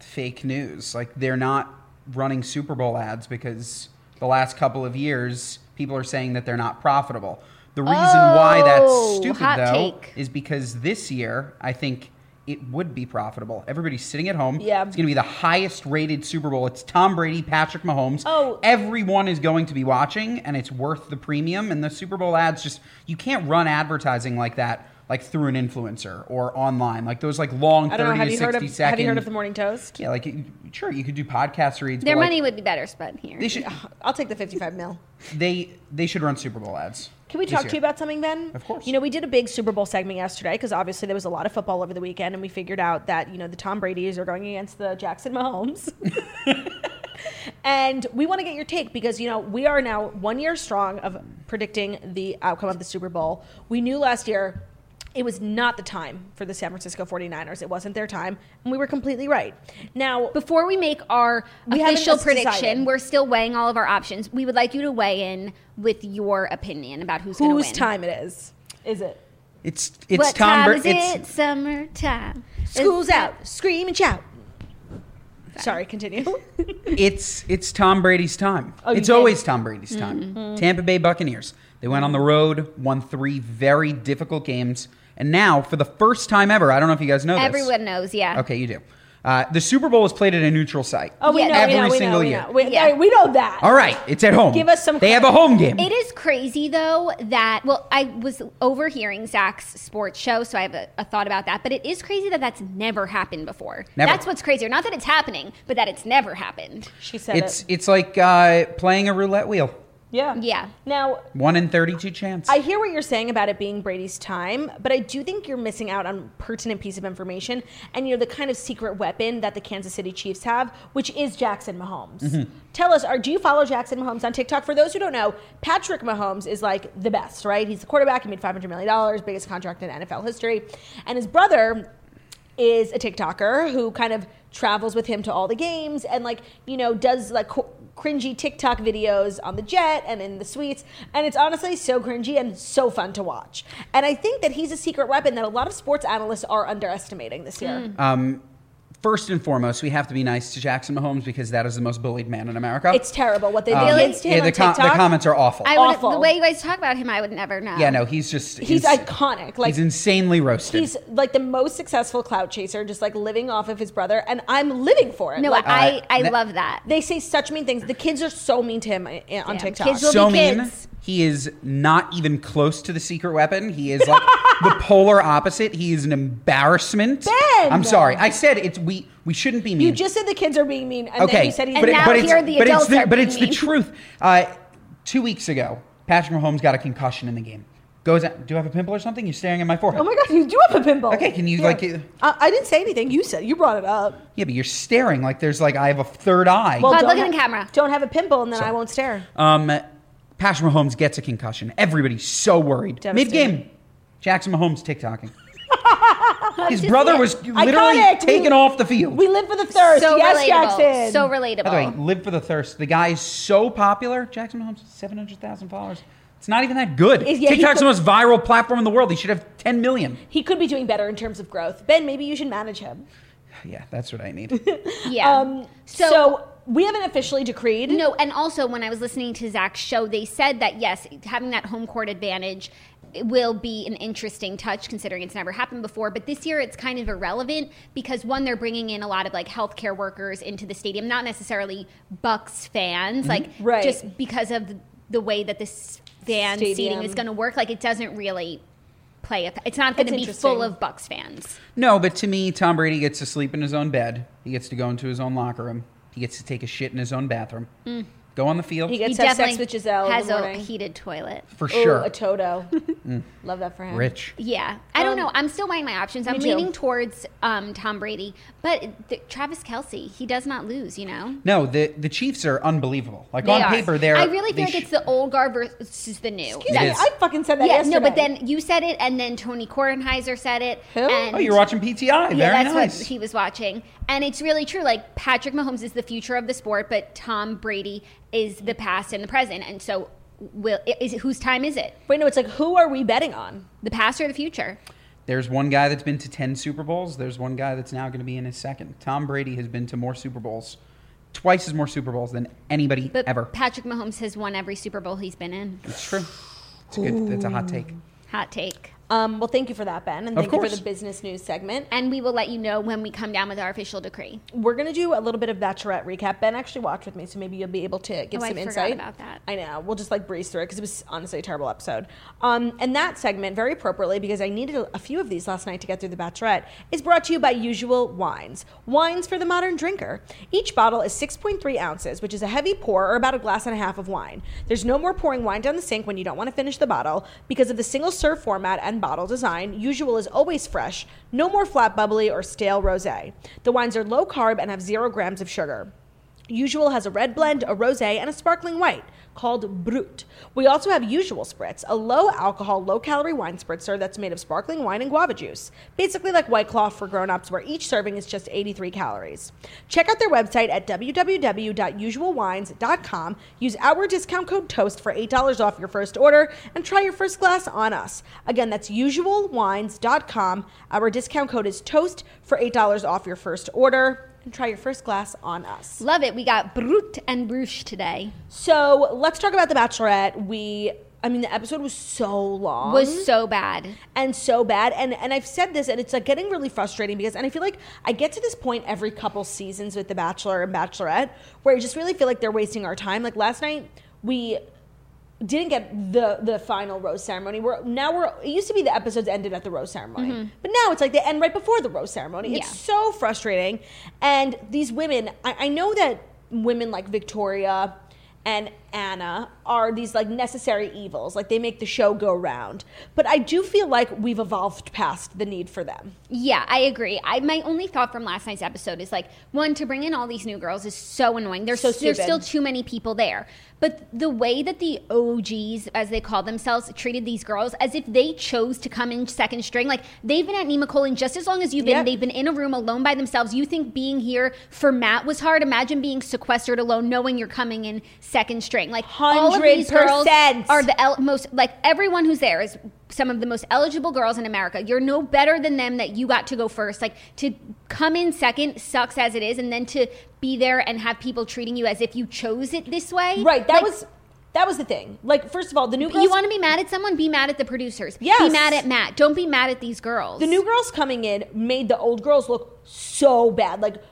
[SPEAKER 5] fake news. Like they're not running Super Bowl ads because the last couple of years people are saying that they're not profitable. The reason why
[SPEAKER 3] Oh,
[SPEAKER 5] that's stupid
[SPEAKER 3] hot
[SPEAKER 5] though
[SPEAKER 3] take.
[SPEAKER 5] is because this year I think it would be profitable. Everybody's sitting at home.
[SPEAKER 2] Yeah.
[SPEAKER 5] It's going to be the highest rated Super Bowl. It's Tom Brady, Patrick Mahomes.
[SPEAKER 2] Oh.
[SPEAKER 5] Everyone is going to be watching and it's worth the premium. And the Super Bowl ads just, you can't run advertising like that like through an influencer or online, like those like long
[SPEAKER 2] I don't know.
[SPEAKER 5] thirty
[SPEAKER 2] Have
[SPEAKER 5] to
[SPEAKER 2] you
[SPEAKER 5] sixty
[SPEAKER 2] heard of
[SPEAKER 5] second-
[SPEAKER 2] Have you heard of the Morning Toast?
[SPEAKER 5] Yeah, like you- sure you could do podcast reads.
[SPEAKER 3] Their
[SPEAKER 5] but, like,
[SPEAKER 3] money would be better spent here.
[SPEAKER 5] they should
[SPEAKER 2] I'll take the fifty-five mil.
[SPEAKER 5] they they should run Super Bowl ads.
[SPEAKER 2] Can we
[SPEAKER 5] this
[SPEAKER 2] talk
[SPEAKER 5] year.
[SPEAKER 2] to you about something, Ben?
[SPEAKER 5] Of course.
[SPEAKER 2] You know, we did a big Super Bowl segment yesterday because obviously there was a lot of football over the weekend, and we figured out that you know the Tom Brady's are going against the Jackson Mahomes. And we want to get your take because, you know, we are now one year strong of predicting the outcome of the Super Bowl. We knew last year it was not the time for the San Francisco 49ers. It wasn't their time. And we were completely right. Now,
[SPEAKER 3] Before we make our
[SPEAKER 2] We haven't
[SPEAKER 3] official
[SPEAKER 2] just decided.
[SPEAKER 3] prediction, we're still weighing all of our options. We would like you to weigh in with your opinion about who's going to win.
[SPEAKER 2] whose time it is? Is it?
[SPEAKER 5] It's it's
[SPEAKER 3] what
[SPEAKER 5] Tom.
[SPEAKER 3] time
[SPEAKER 5] Bra-
[SPEAKER 3] is
[SPEAKER 5] it's,
[SPEAKER 3] it? Summertime.
[SPEAKER 2] School's
[SPEAKER 3] It's-
[SPEAKER 2] out. Scream and shout. Sorry, continue.
[SPEAKER 5] It's it's Tom Brady's time.
[SPEAKER 2] you
[SPEAKER 5] it's
[SPEAKER 2] did?
[SPEAKER 5] always Tom Brady's time. Tampa Bay Buccaneers. They went on the road, won three very difficult games, and now for the first time ever, I don't know if you guys know this.
[SPEAKER 3] Everyone knows, yeah.
[SPEAKER 5] Okay, you do. Uh, the Super Bowl is played at a neutral site.
[SPEAKER 2] Oh, we
[SPEAKER 3] Yeah,
[SPEAKER 2] know,
[SPEAKER 3] every
[SPEAKER 2] we know, we
[SPEAKER 5] single
[SPEAKER 2] know, we
[SPEAKER 5] year.
[SPEAKER 2] know. We,
[SPEAKER 3] Yeah.
[SPEAKER 2] we know that.
[SPEAKER 5] All right, it's at home.
[SPEAKER 2] Give us some
[SPEAKER 5] They have
[SPEAKER 2] credit.
[SPEAKER 5] a home game.
[SPEAKER 3] It is crazy though that well, I was overhearing Zach's sports show, so I have a, a thought about that. But it is crazy that that's never happened before.
[SPEAKER 5] Never.
[SPEAKER 3] That's what's crazier. Not that it's happening, but that it's never happened.
[SPEAKER 2] She said
[SPEAKER 5] It's
[SPEAKER 2] it.
[SPEAKER 5] it's like uh, playing a roulette wheel.
[SPEAKER 2] Yeah.
[SPEAKER 3] Yeah.
[SPEAKER 2] Now,
[SPEAKER 5] One in thirty-two chance.
[SPEAKER 2] I hear what you're saying about it being Brady's time, but I do think you're missing out on pertinent piece of information and you know the kind of secret weapon that the Kansas City Chiefs have, which is Jackson Mahomes. Tell us, are do you follow Jackson Mahomes on TikTok? For those who don't know, Patrick Mahomes is like the best, right? He's the quarterback, he made 500 million dollars, biggest contract in NFL history. And his brother is a TikToker who kind of travels with him to all the games and like you know does like co- cringy TikTok videos on the jet and in the suites and it's honestly so cringy and so fun to watch and I think that he's a secret weapon that a lot of sports analysts are underestimating this year.
[SPEAKER 5] Hmm. First and foremost, we have to be nice to Jackson Mahomes because that is the most bullied man in America.
[SPEAKER 2] It's terrible what they did
[SPEAKER 5] Um,
[SPEAKER 2] against him
[SPEAKER 5] yeah,
[SPEAKER 2] on
[SPEAKER 5] the, com-
[SPEAKER 2] TikTok.
[SPEAKER 5] the comments are awful.
[SPEAKER 3] I would,
[SPEAKER 2] Awful.
[SPEAKER 3] the way you guys talk about him, I would never know.
[SPEAKER 5] yeah, no, he's just
[SPEAKER 2] Um, He's
[SPEAKER 5] ins-
[SPEAKER 2] iconic. Like
[SPEAKER 5] he's insanely roasted.
[SPEAKER 2] he's like the most successful clout chaser, just like living off of his brother, and I'm living for it.
[SPEAKER 3] No,
[SPEAKER 5] Uh,
[SPEAKER 2] like,
[SPEAKER 3] I, I
[SPEAKER 5] that-
[SPEAKER 3] love that.
[SPEAKER 2] they say such mean things. The kids are so mean to him uh, on TikTok.
[SPEAKER 3] kids will
[SPEAKER 5] so
[SPEAKER 3] be
[SPEAKER 5] mean.
[SPEAKER 3] kids.
[SPEAKER 5] He is not even close to the secret weapon. He is like the polar opposite. He is an embarrassment.
[SPEAKER 2] Ben!
[SPEAKER 5] I'm sorry. I said it's we we shouldn't be mean.
[SPEAKER 2] You just said the kids are being mean, and
[SPEAKER 5] okay,
[SPEAKER 2] then you said he's
[SPEAKER 3] And
[SPEAKER 5] it-
[SPEAKER 3] now
[SPEAKER 5] but it's-
[SPEAKER 3] here the
[SPEAKER 5] but it's
[SPEAKER 3] adults
[SPEAKER 5] the,
[SPEAKER 3] are
[SPEAKER 5] but
[SPEAKER 3] being
[SPEAKER 5] it's the
[SPEAKER 3] mean.
[SPEAKER 5] truth. Uh, two weeks ago, Patrick Mahomes got a concussion in the game. Goes out. Do you have a pimple or something? You're staring at my forehead.
[SPEAKER 2] Oh my god, you do have a pimple.
[SPEAKER 5] Okay, can you,
[SPEAKER 2] Here.
[SPEAKER 5] like, uh,
[SPEAKER 2] I, I didn't say anything. You said you brought it up.
[SPEAKER 5] yeah, but you're staring like there's like I have a third eye.
[SPEAKER 2] Well,
[SPEAKER 3] God,
[SPEAKER 2] don't
[SPEAKER 3] look at the
[SPEAKER 2] ha-
[SPEAKER 3] camera.
[SPEAKER 2] Don't have a pimple, and then I won't stare.
[SPEAKER 5] Um, Patrick Mahomes gets a concussion. Everybody's so worried. Mid
[SPEAKER 2] Devastating.
[SPEAKER 5] game, Jackson Mahomes TikToking. His brother was literally
[SPEAKER 2] Iconic.
[SPEAKER 5] taken
[SPEAKER 2] We-
[SPEAKER 5] off the field.
[SPEAKER 2] We live for the thirst.
[SPEAKER 3] so
[SPEAKER 2] yes,
[SPEAKER 3] relatable.
[SPEAKER 2] Jackson.
[SPEAKER 3] So
[SPEAKER 5] By the way,
[SPEAKER 3] relatable.
[SPEAKER 5] live for the thirst. The guy is so popular. Jackson Mahomes, 700,000 followers. It's not even that good.
[SPEAKER 2] Is- yeah, he
[SPEAKER 5] TikTok's
[SPEAKER 2] could-
[SPEAKER 5] the most viral platform in the world. He should have 10 million.
[SPEAKER 2] he could be doing better in terms of growth. Ben, maybe you should manage him.
[SPEAKER 5] Yeah, that's what I need.
[SPEAKER 3] yeah.
[SPEAKER 2] Um, so,
[SPEAKER 3] so,
[SPEAKER 2] we haven't officially decreed.
[SPEAKER 3] no, and also when I was listening to Zach's show, they said that yes, having that home court advantage will be an interesting touch considering it's never happened before. But this year it's kind of irrelevant because one, they're bringing in a lot of like healthcare workers into the stadium, not necessarily Bucks
[SPEAKER 5] Mm-hmm.
[SPEAKER 3] fans, like
[SPEAKER 2] Right.
[SPEAKER 3] just because of the, the way that this fan
[SPEAKER 2] Stadium.
[SPEAKER 3] seating is going to work. Like it doesn't really play a. It's not going to
[SPEAKER 2] That's
[SPEAKER 3] be full
[SPEAKER 2] interesting.
[SPEAKER 3] of Bucks fans.
[SPEAKER 5] no, but to me, Tom Brady gets to sleep in his own bed. He gets to go into his own locker room. He gets to take a shit in his own bathroom. Go on the field.
[SPEAKER 2] Mm. He gets to have sex with Giselle. in
[SPEAKER 3] has
[SPEAKER 2] the
[SPEAKER 3] a
[SPEAKER 2] morning.
[SPEAKER 3] heated toilet.
[SPEAKER 5] for
[SPEAKER 2] Ooh,
[SPEAKER 5] sure. Mm.
[SPEAKER 2] a Toto. Love that for him.
[SPEAKER 5] Rich.
[SPEAKER 3] Yeah, I don't know. I'm still weighing my options. I'm
[SPEAKER 2] Um, too.
[SPEAKER 3] leaning towards um, Tom Brady, but th- Travis Kelsey, he does not lose. You know,
[SPEAKER 5] No, the the Chiefs are unbelievable. Like
[SPEAKER 3] They
[SPEAKER 5] on
[SPEAKER 3] are.
[SPEAKER 5] paper, they're.
[SPEAKER 3] I really feel
[SPEAKER 5] they
[SPEAKER 3] like
[SPEAKER 5] sh-
[SPEAKER 3] it's the old guard versus the new.
[SPEAKER 2] Excuse
[SPEAKER 5] It
[SPEAKER 2] me,
[SPEAKER 5] is.
[SPEAKER 2] I fucking said that
[SPEAKER 3] yeah,
[SPEAKER 2] yesterday.
[SPEAKER 3] no, but then you said it, and then Tony Kornheiser said it.
[SPEAKER 2] Who?
[SPEAKER 3] And
[SPEAKER 5] Oh, you're watching PTI. Very
[SPEAKER 3] Yeah, that's
[SPEAKER 5] nice.
[SPEAKER 3] what he was watching, and it's really true. Like Patrick Mahomes is the future of the sport, but Tom Brady is the past and the present, and so. Will, is, whose time is it?
[SPEAKER 2] wait, no, it's like who are we betting on?
[SPEAKER 3] The past or the future?
[SPEAKER 5] There's one guy that's been to ten Super Bowls. There's one guy that's now going to be in his second. Tom Brady has been to more Super Bowls, twice as more Super Bowls than anybody
[SPEAKER 3] But
[SPEAKER 5] ever.
[SPEAKER 3] Patrick Mahomes has won every Super Bowl he's been in.
[SPEAKER 5] it's true. It's a good. That's a hot take.
[SPEAKER 3] Hot take.
[SPEAKER 2] Um, well, thank you for that, Ben, and
[SPEAKER 5] Of
[SPEAKER 2] thank you for
[SPEAKER 5] course.
[SPEAKER 2] the business news segment.
[SPEAKER 3] And we will let you know when we come down with our official decree.
[SPEAKER 2] We're gonna do a little bit of Bachelorette recap. Ben actually watched with me, so maybe you'll be able to give
[SPEAKER 3] Oh, I
[SPEAKER 2] some
[SPEAKER 3] forgot
[SPEAKER 2] insight
[SPEAKER 3] about that.
[SPEAKER 2] I know. We'll just like breeze through it because it was honestly a terrible episode. Um, and that segment, very appropriately, because I needed a, a few of these last night to get through The Bachelorette, is brought to you by Usual Wines. Wines for the modern drinker. Each bottle is 6.3 ounces, which is a heavy pour or about a glass and a half of wine. There's no more pouring wine down the sink when you don't want to finish the bottle. Because of the single serve format and bottle design, Usual is always fresh, no more flat bubbly or stale rose. The wines are low carb and have zero grams of sugar. Usual has a red blend, a rosé, and a sparkling white called Brut. We also have Usual Spritz, a low alcohol, low calorie wine spritzer that's made of sparkling wine and guava juice. Basically like White Claw for grown-ups where each serving is just 83 calories. Check out their website at www.usualwines.com. Use our discount code TOAST for $8 off your first order and try your first glass on us. Again, that's usualwines.com. Our discount code is TOAST for $8 off your first order and try your first glass on us.
[SPEAKER 3] Love it. We got Brut and Bruges today.
[SPEAKER 2] So let's talk about The Bachelorette. We, I mean, the episode was so long
[SPEAKER 3] Was so bad.
[SPEAKER 2] and so bad, and and I've said this, and it's like getting really frustrating because, and I feel like I get to this point every couple seasons with The Bachelor and Bachelorette where I just really feel like they're wasting our time. Like last night, we didn't get the the final rose ceremony. We're now we're it used to be the episodes ended at the rose ceremony, but now it's like they end right before the rose ceremony. It's
[SPEAKER 3] Mm-hmm. Yeah.
[SPEAKER 2] so frustrating. And these women, I, I know that women like Victoria and Anna are these like necessary evils. Like they make the show go round. But I do feel like we've evolved past the need for them.
[SPEAKER 3] Yeah, I agree. I my only thought from last night's episode is like one to bring in all these new girls is so annoying. There's
[SPEAKER 2] So
[SPEAKER 3] there's
[SPEAKER 2] stupid.
[SPEAKER 3] still too many people there. But the way that the OGs, as they call themselves, treated these girls as if they chose to come in second string. Like they've been at Nima Colon just as long as you've been.
[SPEAKER 2] Yep.
[SPEAKER 3] They've been in a room alone by themselves. You think being here for Matt was hard? Imagine being sequestered alone, knowing you're coming in second string. Like all of these girls
[SPEAKER 2] 100%.
[SPEAKER 3] are the el- most like everyone who's there is some of the most eligible girls in America. You're no better than them that you got to go first. Like to come in second sucks as it is, and then to be there and have people treating you as if you chose it this way.
[SPEAKER 2] Right. That
[SPEAKER 3] Like,
[SPEAKER 2] was that was the thing. Like first of all, the new girls
[SPEAKER 3] You want to be mad at someone? Be mad at the producers. Be
[SPEAKER 2] Yes.
[SPEAKER 3] mad at Matt. Don't be mad at these girls.
[SPEAKER 2] the new girls coming in made the old girls look so bad like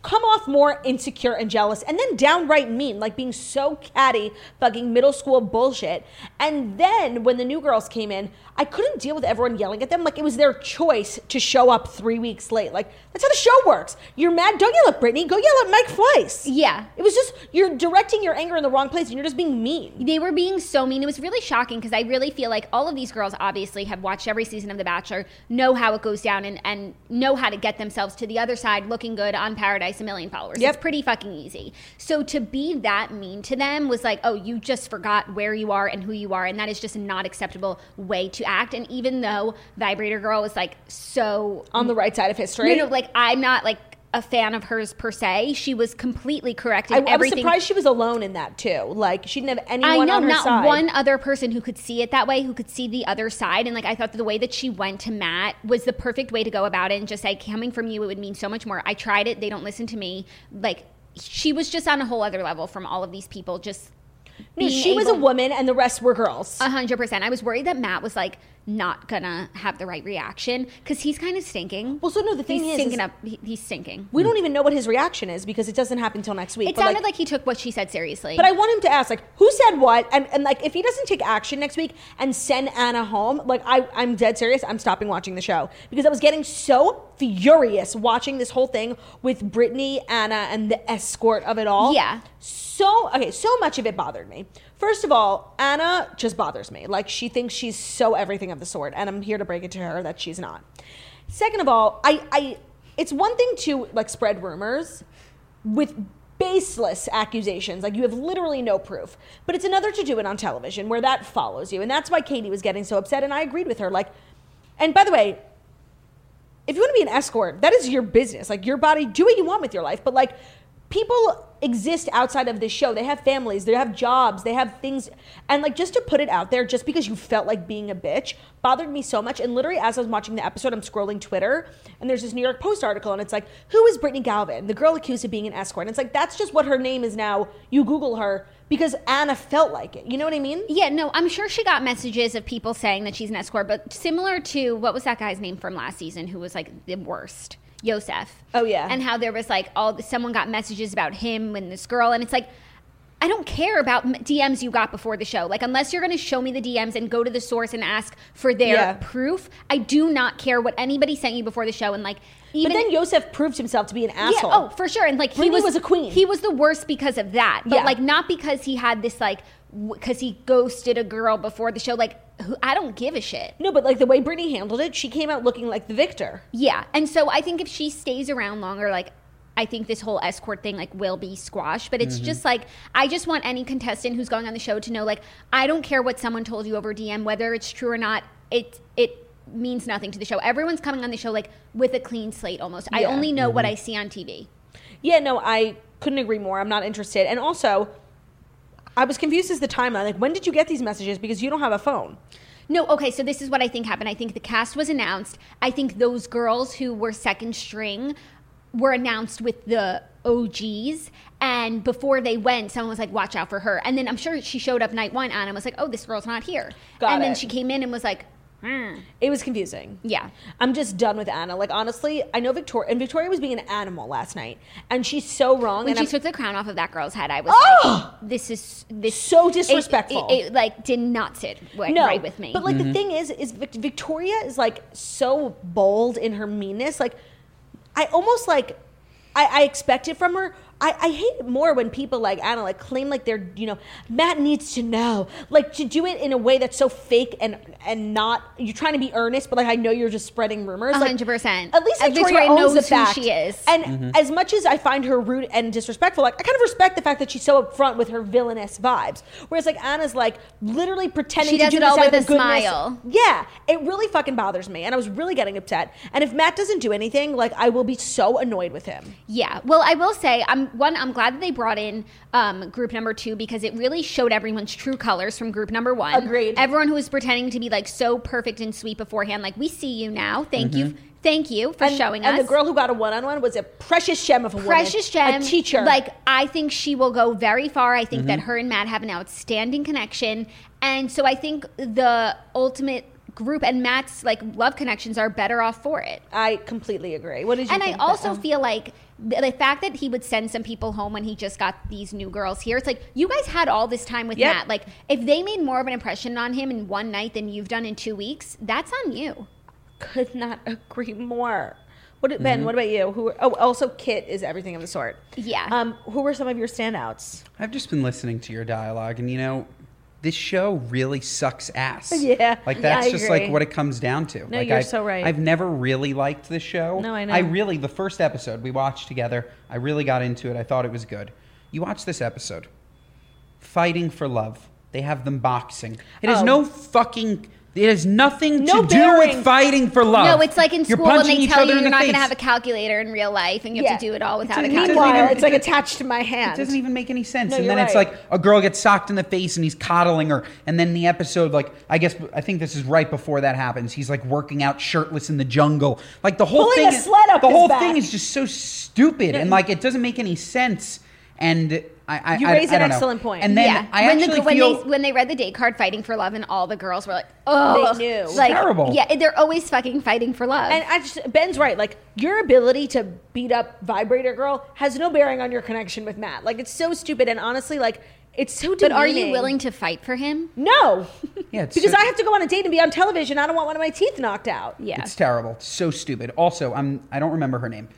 [SPEAKER 2] come off more insecure and jealous and then downright mean like being so catty fucking middle school bullshit and then when the new girls came in i couldn't deal with everyone yelling at them like it was their choice to show up three weeks late like that's how the show works you're mad don't yell at brittany go yell at mike fleiss
[SPEAKER 3] Yeah.
[SPEAKER 2] it was just you're directing your anger in the wrong place and you're just being mean
[SPEAKER 3] they were being so mean. It was really shocking because I really feel like all of these girls obviously have watched every season of The Bachelor, know how it goes down, and, and know how to get themselves to the other side looking good on Paradise, a million followers.
[SPEAKER 2] Yep.
[SPEAKER 3] It's pretty fucking easy. So to be that mean to them was like, oh, you just forgot where you are and who you are, and that is just a not acceptable way to act. And even though Vibrator Girl was like so
[SPEAKER 2] on the Um, right side of history
[SPEAKER 3] no, no, like I'm not like a fan of hers per se. She was completely correct in
[SPEAKER 2] I, I was
[SPEAKER 3] everything.
[SPEAKER 2] surprised she was alone in that too. Like she didn't have anyone
[SPEAKER 3] I know
[SPEAKER 2] on her
[SPEAKER 3] not
[SPEAKER 2] side.
[SPEAKER 3] one other person who could see it that way, who could see the other side, and like I thought that the way that she went to Matt was the perfect way to go about it, and just say coming from you, it would mean so much more. I tried it; they don't listen to me. Like she was just on a whole other level from all of these people. Just
[SPEAKER 2] No,
[SPEAKER 3] being
[SPEAKER 2] she was a
[SPEAKER 3] able- Uh,
[SPEAKER 2] woman and the rest were girls.
[SPEAKER 3] a hundred percent. I was worried that Matt was like not gonna have the right reaction because he's kind of stinking.
[SPEAKER 2] Well, so no, the thing is-
[SPEAKER 3] he's stinking
[SPEAKER 2] is-
[SPEAKER 3] up. He, he's stinking.
[SPEAKER 2] we don't even know what his reaction is because it doesn't happen until next week.
[SPEAKER 3] It
[SPEAKER 2] but,
[SPEAKER 3] sounded like, he took what she said seriously.
[SPEAKER 2] But I want him to ask, like, who said what? And, and like, if he doesn't take action next week and send Anna home, like, I, I'm dead serious. I'm stopping watching the show because I was getting so furious watching this whole thing with Brittany, Anna, and the escort of it all.
[SPEAKER 3] Yeah.
[SPEAKER 2] So, okay, so much of it bothered me. First of all, Anna just bothers me. Like, she thinks she's so everything of the sort, and I'm here to break it to her that she's not. Second of all, I, I, it's one thing to like spread rumors, with baseless accusations. Like you have literally no proof. But it's another to do it on television where that follows you. And that's why Katie was getting so upset. And I agreed with her. Like, and by the way, if you want to be an escort, that is your business. Like your body, do what you want with your life. But like, people exist outside of this show. They have families, they have jobs, they have things. And like just to put it out there, just because you felt like being a bitch bothered me so much. And literally, as I was watching the episode, I'm scrolling Twitter and there's this New York Post article and it's like, who is Brittany Galvin? The girl accused of being an escort. And it's like, that's just what her name is now. You Google her because Anna felt like it. You know what I mean?
[SPEAKER 3] Yeah, no, I'm sure she got messages of people saying that she's an escort, but similar to what was that guy's name from last season who was like the worst? Yosef.
[SPEAKER 2] Oh, yeah.
[SPEAKER 3] And how there was like all someone got messages about him and this girl, and it's like I don't care about m- DMs you got before the show. Like unless you're going to show me the DMs and go to the source and ask for their
[SPEAKER 2] Yeah.
[SPEAKER 3] proof, I do not care what anybody sent you before the show. And like even
[SPEAKER 2] But then Yosef proved himself to be an asshole.
[SPEAKER 3] yeah, oh, for sure. And like he
[SPEAKER 2] Britney
[SPEAKER 3] was,
[SPEAKER 2] was a queen.
[SPEAKER 3] He was the worst because of that. But
[SPEAKER 2] Yeah.
[SPEAKER 3] like not because he had this like because he ghosted a girl before the show. Like who, I don't give a shit.
[SPEAKER 2] No, but like the way Brittany handled it, she came out looking like the victor.
[SPEAKER 3] Yeah. And so I think if she stays around longer, like I think this whole escort thing like will be squashed. But it's just like I just want any contestant who's going on the show to know like I don't care what someone told you over DM, whether it's true or not, it it means nothing to the show. Everyone's coming on the show like with a clean slate almost. I
[SPEAKER 2] Yeah.
[SPEAKER 3] only know what I see on TV.
[SPEAKER 2] Yeah, no, I couldn't agree more. I'm not interested. And also, I was confused as the timeline. Like, when did you get these messages? Because you don't have a phone.
[SPEAKER 3] No, okay, so this is what I think happened. I think the cast was announced. I think those girls who were second string were announced with the OGs. And before they went, someone was like, watch out for her. And then I'm sure she showed up night one, Anna was like, oh, this girl's not here.
[SPEAKER 2] Got
[SPEAKER 3] and then
[SPEAKER 2] it.
[SPEAKER 3] she came in and was like, hmm,
[SPEAKER 2] It was confusing.
[SPEAKER 3] yeah.
[SPEAKER 2] I'm just done with Anna. Like, honestly, I know Victoria, and Victoria was being an animal last night, and she's so wrong.
[SPEAKER 3] When
[SPEAKER 2] and
[SPEAKER 3] she
[SPEAKER 2] I'm-
[SPEAKER 3] took the crown off of that girl's head, I was like, this is this
[SPEAKER 2] So
[SPEAKER 3] it- it-
[SPEAKER 2] disrespectful.
[SPEAKER 3] It, like did not sit wi- right with me.
[SPEAKER 2] But like the thing is, is Vic- Victoria is like so bold in her meanness. Like I almost like I, I expect it from her. I, I hate it more when people like Anna like claim like they're you know Matt needs to know like to do it in a way that's so fake and and not you're trying to be earnest but like I know you're just spreading rumors
[SPEAKER 3] A
[SPEAKER 2] like,
[SPEAKER 3] hundred percent.
[SPEAKER 2] at least
[SPEAKER 3] And
[SPEAKER 2] Victoria,
[SPEAKER 3] Victoria
[SPEAKER 2] owns
[SPEAKER 3] knows
[SPEAKER 2] the
[SPEAKER 3] who
[SPEAKER 2] fact
[SPEAKER 3] she is.
[SPEAKER 2] and as much as I find her rude and disrespectful, like I kind of respect the fact that she's so upfront with her villainous vibes. Whereas like Anna's like literally pretending
[SPEAKER 3] She
[SPEAKER 2] to
[SPEAKER 3] does
[SPEAKER 2] do
[SPEAKER 3] it
[SPEAKER 2] this
[SPEAKER 3] all
[SPEAKER 2] out
[SPEAKER 3] with
[SPEAKER 2] of
[SPEAKER 3] a
[SPEAKER 2] goodness.
[SPEAKER 3] smile.
[SPEAKER 2] Yeah, it really fucking bothers me, and I was really getting upset. And if Matt doesn't do anything, like I will be so annoyed with him.
[SPEAKER 3] Yeah. Well, I will say, I'm one. I'm glad that they brought in um, group number two because it really showed everyone's true colors from group number one.
[SPEAKER 2] Agreed.
[SPEAKER 3] Everyone who was pretending to be like so perfect and sweet beforehand, like we see you now. Thank you. Thank you for
[SPEAKER 2] And,
[SPEAKER 3] showing
[SPEAKER 2] and
[SPEAKER 3] us.
[SPEAKER 2] the girl who got a one-on-one was a precious gem of a woman,
[SPEAKER 3] Precious
[SPEAKER 2] a
[SPEAKER 3] Gem,
[SPEAKER 2] teacher.
[SPEAKER 3] Like I think she will go very far. I think that her and Matt have an outstanding connection, and so I think the ultimate group and Matt's like love connections are better off for it.
[SPEAKER 2] I completely agree. What did you?
[SPEAKER 3] And I
[SPEAKER 2] think,
[SPEAKER 3] also
[SPEAKER 2] Bella?
[SPEAKER 3] feel like th- the fact that he would send some people home when he just got these new girls here, it's like you guys had all this time with
[SPEAKER 2] Yep.
[SPEAKER 3] Matt. Like, if they made more of an impression on him in one night than you've done in two weeks, that's on you.
[SPEAKER 2] could not agree more. What did- Ben? What about you? Who? Oh, also Kit is everything of the sort.
[SPEAKER 3] Yeah.
[SPEAKER 2] Um, who were some of your standouts?
[SPEAKER 5] I've just been listening to your dialogue, and you know, this show really sucks ass.
[SPEAKER 2] Yeah.
[SPEAKER 5] like
[SPEAKER 2] Yeah,
[SPEAKER 5] that's
[SPEAKER 2] I
[SPEAKER 5] just like
[SPEAKER 2] agree.
[SPEAKER 5] what it comes down to. No, like,
[SPEAKER 2] you're
[SPEAKER 5] I've,
[SPEAKER 2] so right.
[SPEAKER 5] I've never really liked this show.
[SPEAKER 2] No, I know.
[SPEAKER 5] I really the first episode we watched together. I really got into it. I thought it was good. You watch this episode, fighting for love. They have them boxing. It has
[SPEAKER 2] Oh.
[SPEAKER 5] no fucking. It has nothing
[SPEAKER 2] No
[SPEAKER 5] to do
[SPEAKER 2] bearing.
[SPEAKER 5] with fighting for love.
[SPEAKER 3] No, it's like in
[SPEAKER 5] You're
[SPEAKER 3] school when
[SPEAKER 5] punching
[SPEAKER 3] they
[SPEAKER 5] each
[SPEAKER 3] tell
[SPEAKER 5] other
[SPEAKER 3] you
[SPEAKER 5] in
[SPEAKER 3] you're
[SPEAKER 5] the
[SPEAKER 3] not going to
[SPEAKER 5] face.
[SPEAKER 3] have a calculator in real life and you have to
[SPEAKER 2] Yeah.
[SPEAKER 3] do it all without a
[SPEAKER 5] doesn't even-
[SPEAKER 3] calculator.
[SPEAKER 2] Meanwhile,
[SPEAKER 5] even-
[SPEAKER 2] it's like attached to my hand.
[SPEAKER 5] It doesn't even make any sense.
[SPEAKER 2] No,
[SPEAKER 5] and
[SPEAKER 2] you're
[SPEAKER 5] then it's
[SPEAKER 2] right.
[SPEAKER 5] like a girl gets socked in the face and he's coddling her. And then the episode, like, I guess, I think this is right before that happens. He's like working out shirtless in the jungle. Like the whole
[SPEAKER 2] Pulling
[SPEAKER 5] thing,
[SPEAKER 2] a sled up
[SPEAKER 5] the
[SPEAKER 2] his
[SPEAKER 5] whole
[SPEAKER 2] back.
[SPEAKER 5] thing is just so stupid and like it doesn't make any sense. And I, I
[SPEAKER 2] You
[SPEAKER 5] I-
[SPEAKER 2] raise
[SPEAKER 5] I
[SPEAKER 2] an
[SPEAKER 5] don't know.
[SPEAKER 2] excellent point.
[SPEAKER 5] And then
[SPEAKER 3] yeah,
[SPEAKER 5] I
[SPEAKER 3] when,
[SPEAKER 5] actually
[SPEAKER 3] the, when,
[SPEAKER 5] feel
[SPEAKER 3] they, when they read the day card, fighting for love, and all the girls were like, "Oh,
[SPEAKER 2] They knew. It's
[SPEAKER 3] like,
[SPEAKER 5] terrible.
[SPEAKER 3] Yeah, they're always fucking fighting for love.
[SPEAKER 2] And I just, Ben's right. Like your ability to beat up Vibrator Girl has no bearing on your connection with Matt. Like it's so stupid. And honestly, like it's so.
[SPEAKER 3] but
[SPEAKER 2] Demeaning.
[SPEAKER 3] are you willing to fight for him?
[SPEAKER 2] No.
[SPEAKER 5] Yeah, it's
[SPEAKER 2] because
[SPEAKER 5] so-
[SPEAKER 2] I have to go on a date and be on television. I don't want one of my teeth knocked out.
[SPEAKER 3] Yeah,
[SPEAKER 5] It's terrible. It's so stupid. Also, I'm I don't remember her name.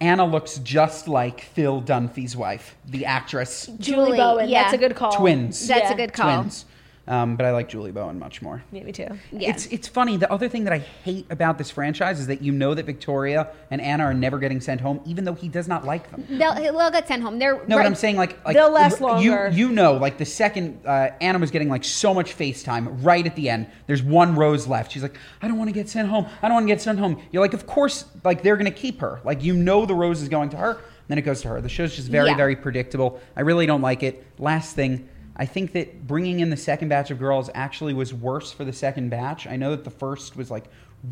[SPEAKER 5] Anna looks just like Phil Dunphy's wife, the actress.
[SPEAKER 2] Julie,
[SPEAKER 3] Julie,
[SPEAKER 2] Bowen.
[SPEAKER 3] yeah.
[SPEAKER 2] That's a good call.
[SPEAKER 5] Twins.
[SPEAKER 3] that's
[SPEAKER 2] Yeah.
[SPEAKER 3] a good call.
[SPEAKER 5] Twins. Um, but I like Julie Bowen much more.
[SPEAKER 2] Yeah, me too.
[SPEAKER 3] Yeah.
[SPEAKER 5] It's it's funny. The other thing that I hate about this franchise is that you know that Victoria and Anna are never getting sent home, even though he does not like them.
[SPEAKER 3] They'll, he'll get sent home. They're
[SPEAKER 5] No,
[SPEAKER 3] right-
[SPEAKER 5] but I'm saying like, like
[SPEAKER 2] They'll last
[SPEAKER 5] r-
[SPEAKER 2] longer.
[SPEAKER 5] You you know, like the second uh, Anna was getting like so much FaceTime right at the end. There's one rose left. She's like, I don't want to get sent home. I don't want to get sent home. You're like, of course, like they're gonna keep her. Like you know, the rose is going to her. Then it goes to her. The show's just very,
[SPEAKER 3] Yeah.
[SPEAKER 5] very predictable. I really don't like it. Last thing, I think that bringing in the second batch of girls actually was worse for the second batch. I know that the first was like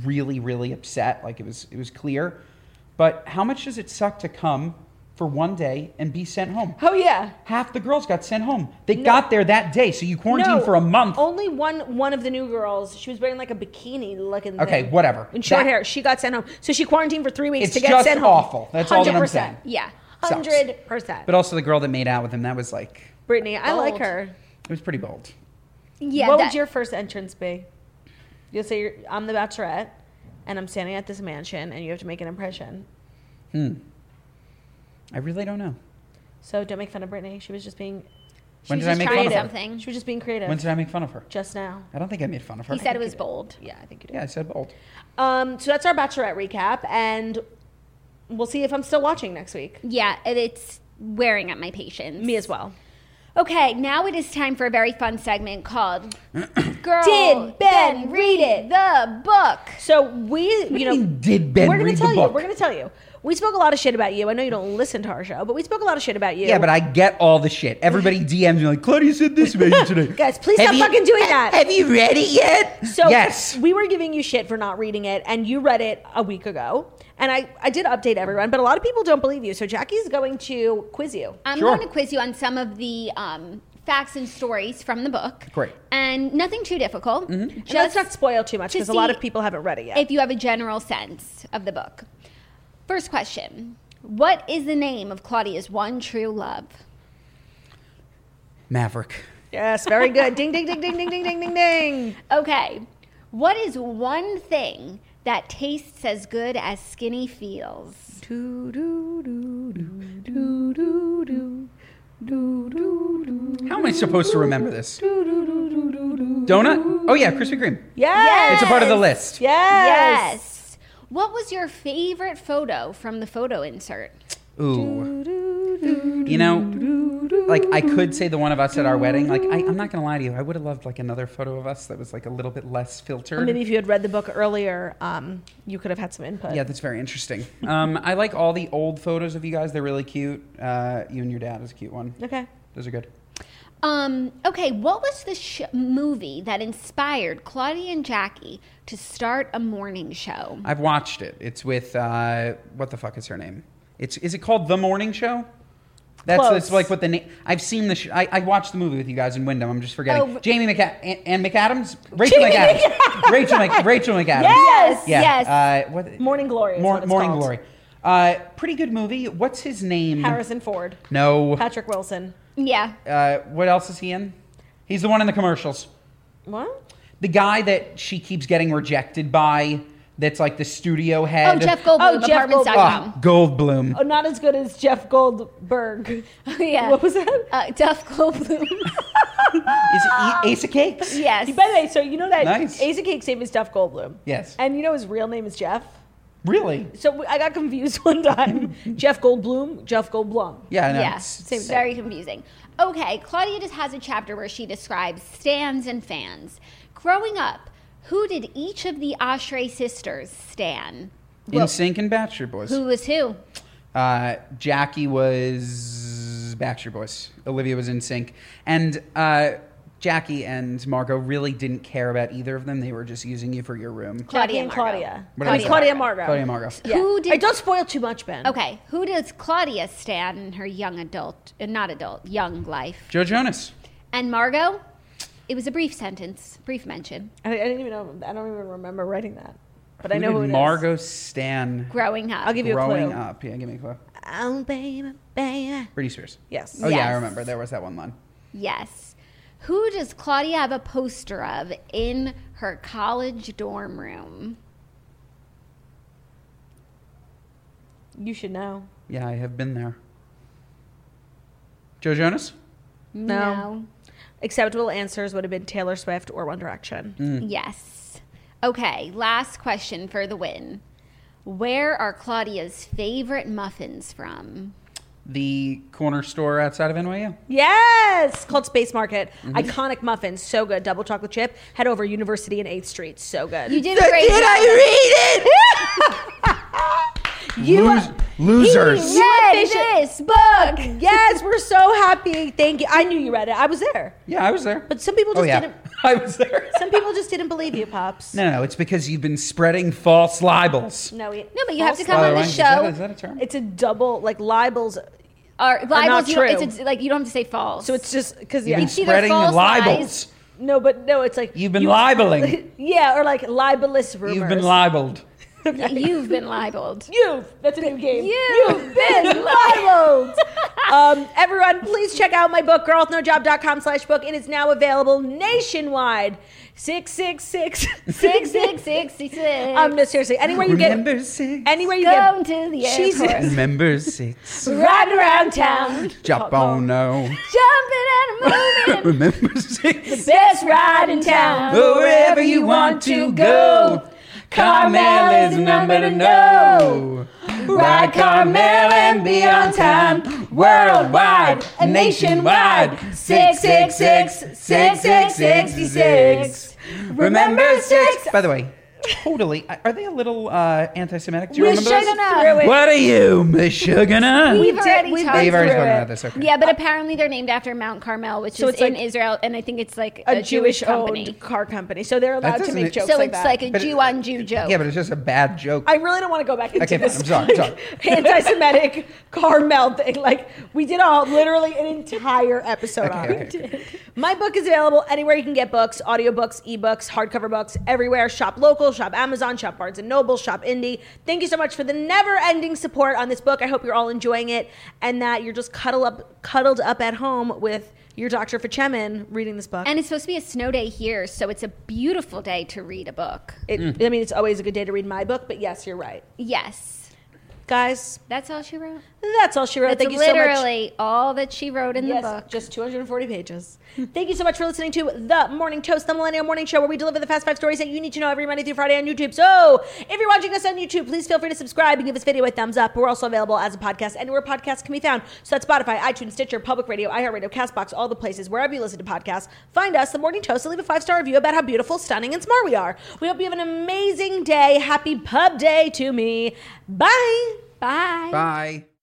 [SPEAKER 5] really, really upset. Like it was, it was clear. But how much does it suck to come for one day and be sent home?
[SPEAKER 2] Oh yeah.
[SPEAKER 5] Half the girls got sent home. They got there that day, so you quarantined for a month.
[SPEAKER 3] Oh.
[SPEAKER 2] Only one one of the new girls. She was wearing like a bikini looking.
[SPEAKER 5] Okay,
[SPEAKER 2] thing.
[SPEAKER 5] whatever.
[SPEAKER 2] And short
[SPEAKER 5] That-
[SPEAKER 2] hair. She got sent home. So she quarantined for three weeks
[SPEAKER 5] It's
[SPEAKER 2] to get
[SPEAKER 5] just
[SPEAKER 2] sent home.
[SPEAKER 5] awful. That's all that I'm saying.
[SPEAKER 3] Yeah.
[SPEAKER 5] Sucks.
[SPEAKER 2] Hundred percent.
[SPEAKER 5] But also the girl that made out with him, that was like,
[SPEAKER 2] Brittany, I like
[SPEAKER 3] Bold.
[SPEAKER 2] her.
[SPEAKER 5] it was pretty bold.
[SPEAKER 3] Yeah.
[SPEAKER 2] what
[SPEAKER 3] that-
[SPEAKER 2] would your first entrance be? You'll say you're, I'm the Bachelorette, and I'm standing at this mansion, and you have to make an impression.
[SPEAKER 5] I really don't know.
[SPEAKER 2] So don't make fun of Brittany. She was just being
[SPEAKER 5] When
[SPEAKER 3] She's
[SPEAKER 5] did I
[SPEAKER 3] just
[SPEAKER 5] make
[SPEAKER 3] trying
[SPEAKER 5] fun of her?
[SPEAKER 3] something.
[SPEAKER 2] she was just being creative.
[SPEAKER 5] When did I make fun of her?
[SPEAKER 2] just now.
[SPEAKER 5] I don't think I made fun of her.
[SPEAKER 3] He said it was bold.
[SPEAKER 2] Yeah, I think you did.
[SPEAKER 5] Yeah, I said bold.
[SPEAKER 2] Um, so that's our Bachelorette recap, and we'll see if I'm still watching next week.
[SPEAKER 3] Yeah, and it's wearing at my patience.
[SPEAKER 2] Me as well.
[SPEAKER 3] Okay, now it is time for a very fun segment called Girl
[SPEAKER 2] Did Ben read it?
[SPEAKER 3] The book.
[SPEAKER 2] So we, you
[SPEAKER 5] do
[SPEAKER 2] know,
[SPEAKER 5] you mean, did Ben
[SPEAKER 2] we're gonna
[SPEAKER 5] read the
[SPEAKER 2] tell
[SPEAKER 5] book?
[SPEAKER 2] you. We're gonna tell you. We spoke a lot of shit about you. I know you don't listen to our show, but we spoke a lot of shit about you.
[SPEAKER 5] Yeah, but I get all the shit. Everybody DMs me like, Claudia said this about you today.
[SPEAKER 2] Guys, please stop fucking doing that.
[SPEAKER 5] Have you read it yet?
[SPEAKER 2] So
[SPEAKER 5] yes.
[SPEAKER 2] we were giving you shit for not reading it, and you read it a week ago. And I, I did update everyone, but a lot of people don't believe you. So Jackie's going to quiz you.
[SPEAKER 3] I'm
[SPEAKER 5] Sure.
[SPEAKER 3] going to quiz you on some of the um, facts and stories from the book.
[SPEAKER 5] Great. Mm-hmm.
[SPEAKER 3] And nothing too difficult.
[SPEAKER 2] And let's not
[SPEAKER 3] Just
[SPEAKER 2] spoil too much
[SPEAKER 3] to
[SPEAKER 2] because a lot
[SPEAKER 3] see
[SPEAKER 2] of people haven't read it yet.
[SPEAKER 3] if you have a general sense of the book. First question What is the name of Claudia's one true love?
[SPEAKER 5] Maverick.
[SPEAKER 2] yes, very good. ding, ding, ding, ding, ding, ding, ding, ding, ding.
[SPEAKER 3] Okay. What is one thing that tastes as good as skinny feels?
[SPEAKER 5] How am I supposed to remember this? Donut? Oh, yeah, Krispy Kreme.
[SPEAKER 2] Yes.
[SPEAKER 5] It's a part of the list.
[SPEAKER 2] Yes.
[SPEAKER 3] Yes. What was your favorite photo from the photo insert?
[SPEAKER 5] Ooh. You know, like I could say the one of us at our wedding. Like I, I'm not gonna lie to you, I would have loved like another photo of us that was like a little bit less filtered.
[SPEAKER 2] Maybe if you had read the book earlier, um, you could have had some input.
[SPEAKER 5] yeah, that's very interesting. Um, I like all the old photos of you guys. They're really cute. Uh, you and your dad is a cute one.
[SPEAKER 2] Okay.
[SPEAKER 5] Those are good.
[SPEAKER 3] Um, okay, what was the sh- movie that inspired Claudia and Jackie to start a morning show?
[SPEAKER 5] I've watched it. It's with uh, what the fuck is her name? It's is it called The Morning Show? That's, that's
[SPEAKER 2] Close.
[SPEAKER 5] like what the name. I've seen the. Sh- I, I watched the movie with you guys in Wyndham. I'm just forgetting.
[SPEAKER 3] Oh,
[SPEAKER 5] Jamie McA- and, and McAdams. Rachel
[SPEAKER 2] Jamie
[SPEAKER 5] McAdams. Rachel Mc- Rachel McAdams.
[SPEAKER 2] Yes,
[SPEAKER 5] Yeah.
[SPEAKER 3] yes.
[SPEAKER 5] Uh, what,
[SPEAKER 2] Morning Glory is
[SPEAKER 5] Mor-
[SPEAKER 2] what it's
[SPEAKER 5] Morning
[SPEAKER 2] called.
[SPEAKER 5] Glory. Uh, pretty good movie. What's his name?
[SPEAKER 2] Harrison Ford,
[SPEAKER 5] No.
[SPEAKER 2] Patrick Wilson.
[SPEAKER 3] Yeah.
[SPEAKER 5] Uh, what else is he in? He's the one in the commercials.
[SPEAKER 2] What?
[SPEAKER 5] The guy that she keeps getting rejected by. That's like the studio head.
[SPEAKER 3] Oh, Jeff Goldblum,
[SPEAKER 2] Oh, Jeff
[SPEAKER 3] apartments.com.
[SPEAKER 5] Oh, Goldblum.
[SPEAKER 2] Oh, not as good as Jeff Goldberg.
[SPEAKER 3] yeah.
[SPEAKER 2] What was that?
[SPEAKER 3] Uh, Duff Goldblum.
[SPEAKER 5] Is it e- Ace of Cakes?
[SPEAKER 3] yes.
[SPEAKER 2] By the way, so you know that
[SPEAKER 5] Nice.
[SPEAKER 2] Ace of Cake's name is Jeff Goldblum.
[SPEAKER 5] Yes.
[SPEAKER 2] And you know his real name is Jeff.
[SPEAKER 5] Really?
[SPEAKER 2] So I got confused one time. Jeff Goldblum, Jeff Goldblum.
[SPEAKER 5] Yeah, I know.
[SPEAKER 3] yeah.
[SPEAKER 5] It's-
[SPEAKER 3] It's very confusing. Okay, Claudia just has a chapter where she describes stands and fans. Growing up, who did each of the Ashray sisters stan?
[SPEAKER 5] in sync and Bachelor Boys.
[SPEAKER 3] Who was who?
[SPEAKER 5] Uh, Jackie was Bachelor Boys. Olivia was in sync. And uh, Jackie and Margot really didn't care about either of them. They were just using you for your room.
[SPEAKER 2] Jackie and
[SPEAKER 3] Margot.
[SPEAKER 2] Claudia.
[SPEAKER 5] What
[SPEAKER 2] I
[SPEAKER 5] did I
[SPEAKER 2] mean,
[SPEAKER 5] say?
[SPEAKER 2] Claudia and Margot.
[SPEAKER 5] Chloe and Margot.
[SPEAKER 2] Yeah.
[SPEAKER 3] Who did- Oh.
[SPEAKER 2] I don't spoil too much, Ben.
[SPEAKER 3] Okay, who does Claudia stan in her young adult, uh, not adult, young life?
[SPEAKER 5] Joe Jonas.
[SPEAKER 3] And Margot? It was a brief sentence, brief mention.
[SPEAKER 2] I, I didn't even know. I don't even remember writing that. But I know
[SPEAKER 5] did
[SPEAKER 2] who it is.
[SPEAKER 5] Margot Stan
[SPEAKER 3] Growing up.
[SPEAKER 2] I'll give you a
[SPEAKER 5] growing
[SPEAKER 2] clue.
[SPEAKER 5] up. Yeah, give me a clue.
[SPEAKER 2] Oh, baby, baby.
[SPEAKER 5] Britney Spears.
[SPEAKER 2] Yes.
[SPEAKER 5] Oh, yeah, I
[SPEAKER 3] Yes.
[SPEAKER 5] remember. There was that one line.
[SPEAKER 3] Yes. Who does Claudia have a poster of in her college dorm room?
[SPEAKER 2] You should know.
[SPEAKER 5] Yeah, I have been there. Joe Jonas?
[SPEAKER 2] No. Acceptable answers would have been Taylor Swift or One Direction.
[SPEAKER 3] Yes. Okay, last question for the win. Where are Claudia's favorite muffins from?
[SPEAKER 5] The corner store outside of NYU.
[SPEAKER 2] Yes, called Space Market.
[SPEAKER 5] Mm-hmm.
[SPEAKER 2] Iconic muffins, so good. Double chocolate chip. Head over University and Eighth Street, so good.
[SPEAKER 3] You did a great
[SPEAKER 5] Did
[SPEAKER 3] job.
[SPEAKER 5] I read it?
[SPEAKER 2] You
[SPEAKER 5] Lose- losers.
[SPEAKER 2] He- you
[SPEAKER 3] Read
[SPEAKER 2] officially-
[SPEAKER 3] this book.
[SPEAKER 2] Yes, we're so happy. Thank you. I knew you read it. I was there.
[SPEAKER 5] Yeah, I was there.
[SPEAKER 2] But some people
[SPEAKER 5] oh
[SPEAKER 2] just
[SPEAKER 5] yeah,
[SPEAKER 2] didn't.
[SPEAKER 5] I was there.
[SPEAKER 2] Some people just didn't believe you, pops.
[SPEAKER 5] No, no, it's because you've been spreading false libels.
[SPEAKER 2] No, we-
[SPEAKER 3] No, but you have to
[SPEAKER 2] False-
[SPEAKER 3] come
[SPEAKER 5] By
[SPEAKER 3] on the
[SPEAKER 5] the way, is that-
[SPEAKER 3] show.
[SPEAKER 5] Is that a term?
[SPEAKER 2] It's a double like libels.
[SPEAKER 3] Or
[SPEAKER 2] not
[SPEAKER 3] libels. You don't,
[SPEAKER 2] true.
[SPEAKER 3] it's a, like you don't have to say false.
[SPEAKER 2] So it's just because
[SPEAKER 5] You've
[SPEAKER 2] yeah.
[SPEAKER 5] been
[SPEAKER 3] either
[SPEAKER 5] spreading
[SPEAKER 3] false
[SPEAKER 5] libels.
[SPEAKER 3] lies-
[SPEAKER 2] no, but no, it's like
[SPEAKER 5] You've been libeling.
[SPEAKER 2] yeah, or like libelous rumors.
[SPEAKER 5] You've been libeled.
[SPEAKER 3] you've been libeled.
[SPEAKER 2] You've. That's a new game.
[SPEAKER 3] You've
[SPEAKER 2] been libeled. um, everyone, please check out my book, girlwithnojob.com slash book. It is now available nationwide. 666.
[SPEAKER 3] Six six six six six.
[SPEAKER 2] Um, no, seriously, anywhere you
[SPEAKER 5] Remember
[SPEAKER 2] get.
[SPEAKER 5] six.
[SPEAKER 2] Anywhere you
[SPEAKER 3] Go
[SPEAKER 2] get.
[SPEAKER 3] to the
[SPEAKER 2] Jesus.
[SPEAKER 3] airport.
[SPEAKER 5] Remember six.
[SPEAKER 2] Riding around town.
[SPEAKER 5] Jump on no.
[SPEAKER 3] Jumping at a movie.
[SPEAKER 5] Remember six.
[SPEAKER 2] Best ride in town.
[SPEAKER 5] Wherever you want to go. Carmel is the number to know. Ride Carmel and be on time. Worldwide, nationwide. Six, six, six, six, six, sixty-six. Remember six. By the way, totally. Are they a little uh, anti-Semitic? Do you
[SPEAKER 2] We
[SPEAKER 5] remember
[SPEAKER 2] should
[SPEAKER 5] this?
[SPEAKER 2] have through it.
[SPEAKER 5] What are you, Miss Sugarna?
[SPEAKER 3] We've
[SPEAKER 2] did-
[SPEAKER 3] already
[SPEAKER 2] we've
[SPEAKER 3] talked.
[SPEAKER 2] been
[SPEAKER 5] They've already
[SPEAKER 2] through
[SPEAKER 5] spoken
[SPEAKER 2] it.
[SPEAKER 5] about this. Okay.
[SPEAKER 3] Yeah, but apparently they're named after Mount Carmel, which
[SPEAKER 2] So
[SPEAKER 3] is
[SPEAKER 2] it's like
[SPEAKER 3] in Israel, and I think it's like
[SPEAKER 2] A Jewish
[SPEAKER 3] company.
[SPEAKER 2] owned car company. So they're allowed to
[SPEAKER 5] doesn't
[SPEAKER 2] make
[SPEAKER 5] it-
[SPEAKER 2] jokes.
[SPEAKER 3] So
[SPEAKER 2] like
[SPEAKER 3] it's
[SPEAKER 2] that.
[SPEAKER 3] like a
[SPEAKER 5] But it-
[SPEAKER 3] Jew on Jew joke.
[SPEAKER 5] Yeah, but it's just a bad joke.
[SPEAKER 2] I really don't want to go back into
[SPEAKER 5] Okay, fine.
[SPEAKER 2] this
[SPEAKER 5] I'm sorry.
[SPEAKER 2] like,
[SPEAKER 5] Sorry.
[SPEAKER 2] anti-Semitic Carmel thing. Like we did all literally an entire episode on
[SPEAKER 5] Okay,
[SPEAKER 2] it.
[SPEAKER 5] okay,
[SPEAKER 2] My book is available anywhere you can get books, audiobooks, ebooks, hardcover books, everywhere. Shop local, shop Amazon, shop Barnes and Noble, shop Indie. Thank you so much for the never-ending support on this book. I hope you're all enjoying it and that you're just cuddle up cuddled up at home with your Dr. Fachemin reading this book.
[SPEAKER 3] And it's supposed to be a snow day here, so it's a beautiful day to read a book.
[SPEAKER 2] it,
[SPEAKER 5] Hmm.
[SPEAKER 2] I mean, it's always a good day to read my book, but yes, you're right.
[SPEAKER 3] Yes.
[SPEAKER 2] Guys,
[SPEAKER 3] That's all she wrote.
[SPEAKER 2] that's all she wrote.
[SPEAKER 3] That's
[SPEAKER 2] Thank you so much.
[SPEAKER 3] literally all that she wrote in
[SPEAKER 2] Yes,
[SPEAKER 3] the book.
[SPEAKER 2] just 240 pages. Thank you so much for listening to The Morning Toast, the Millennial Morning Show, where we deliver the fast five stories that you need to know every Monday through Friday on YouTube. So if you're watching us on YouTube, please feel free to subscribe and give this video a thumbs up. We're also available as a podcast anywhere podcasts can be found. So that's Spotify, iTunes, Stitcher, Public Radio, iHeartRadio, CastBox, all the places wherever you listen to podcasts. Find us, The Morning Toast, and leave a five star review about how beautiful, stunning, and smart we are. We hope you have an amazing day. Happy Pub Day to me. Bye.
[SPEAKER 3] Bye.
[SPEAKER 5] Bye.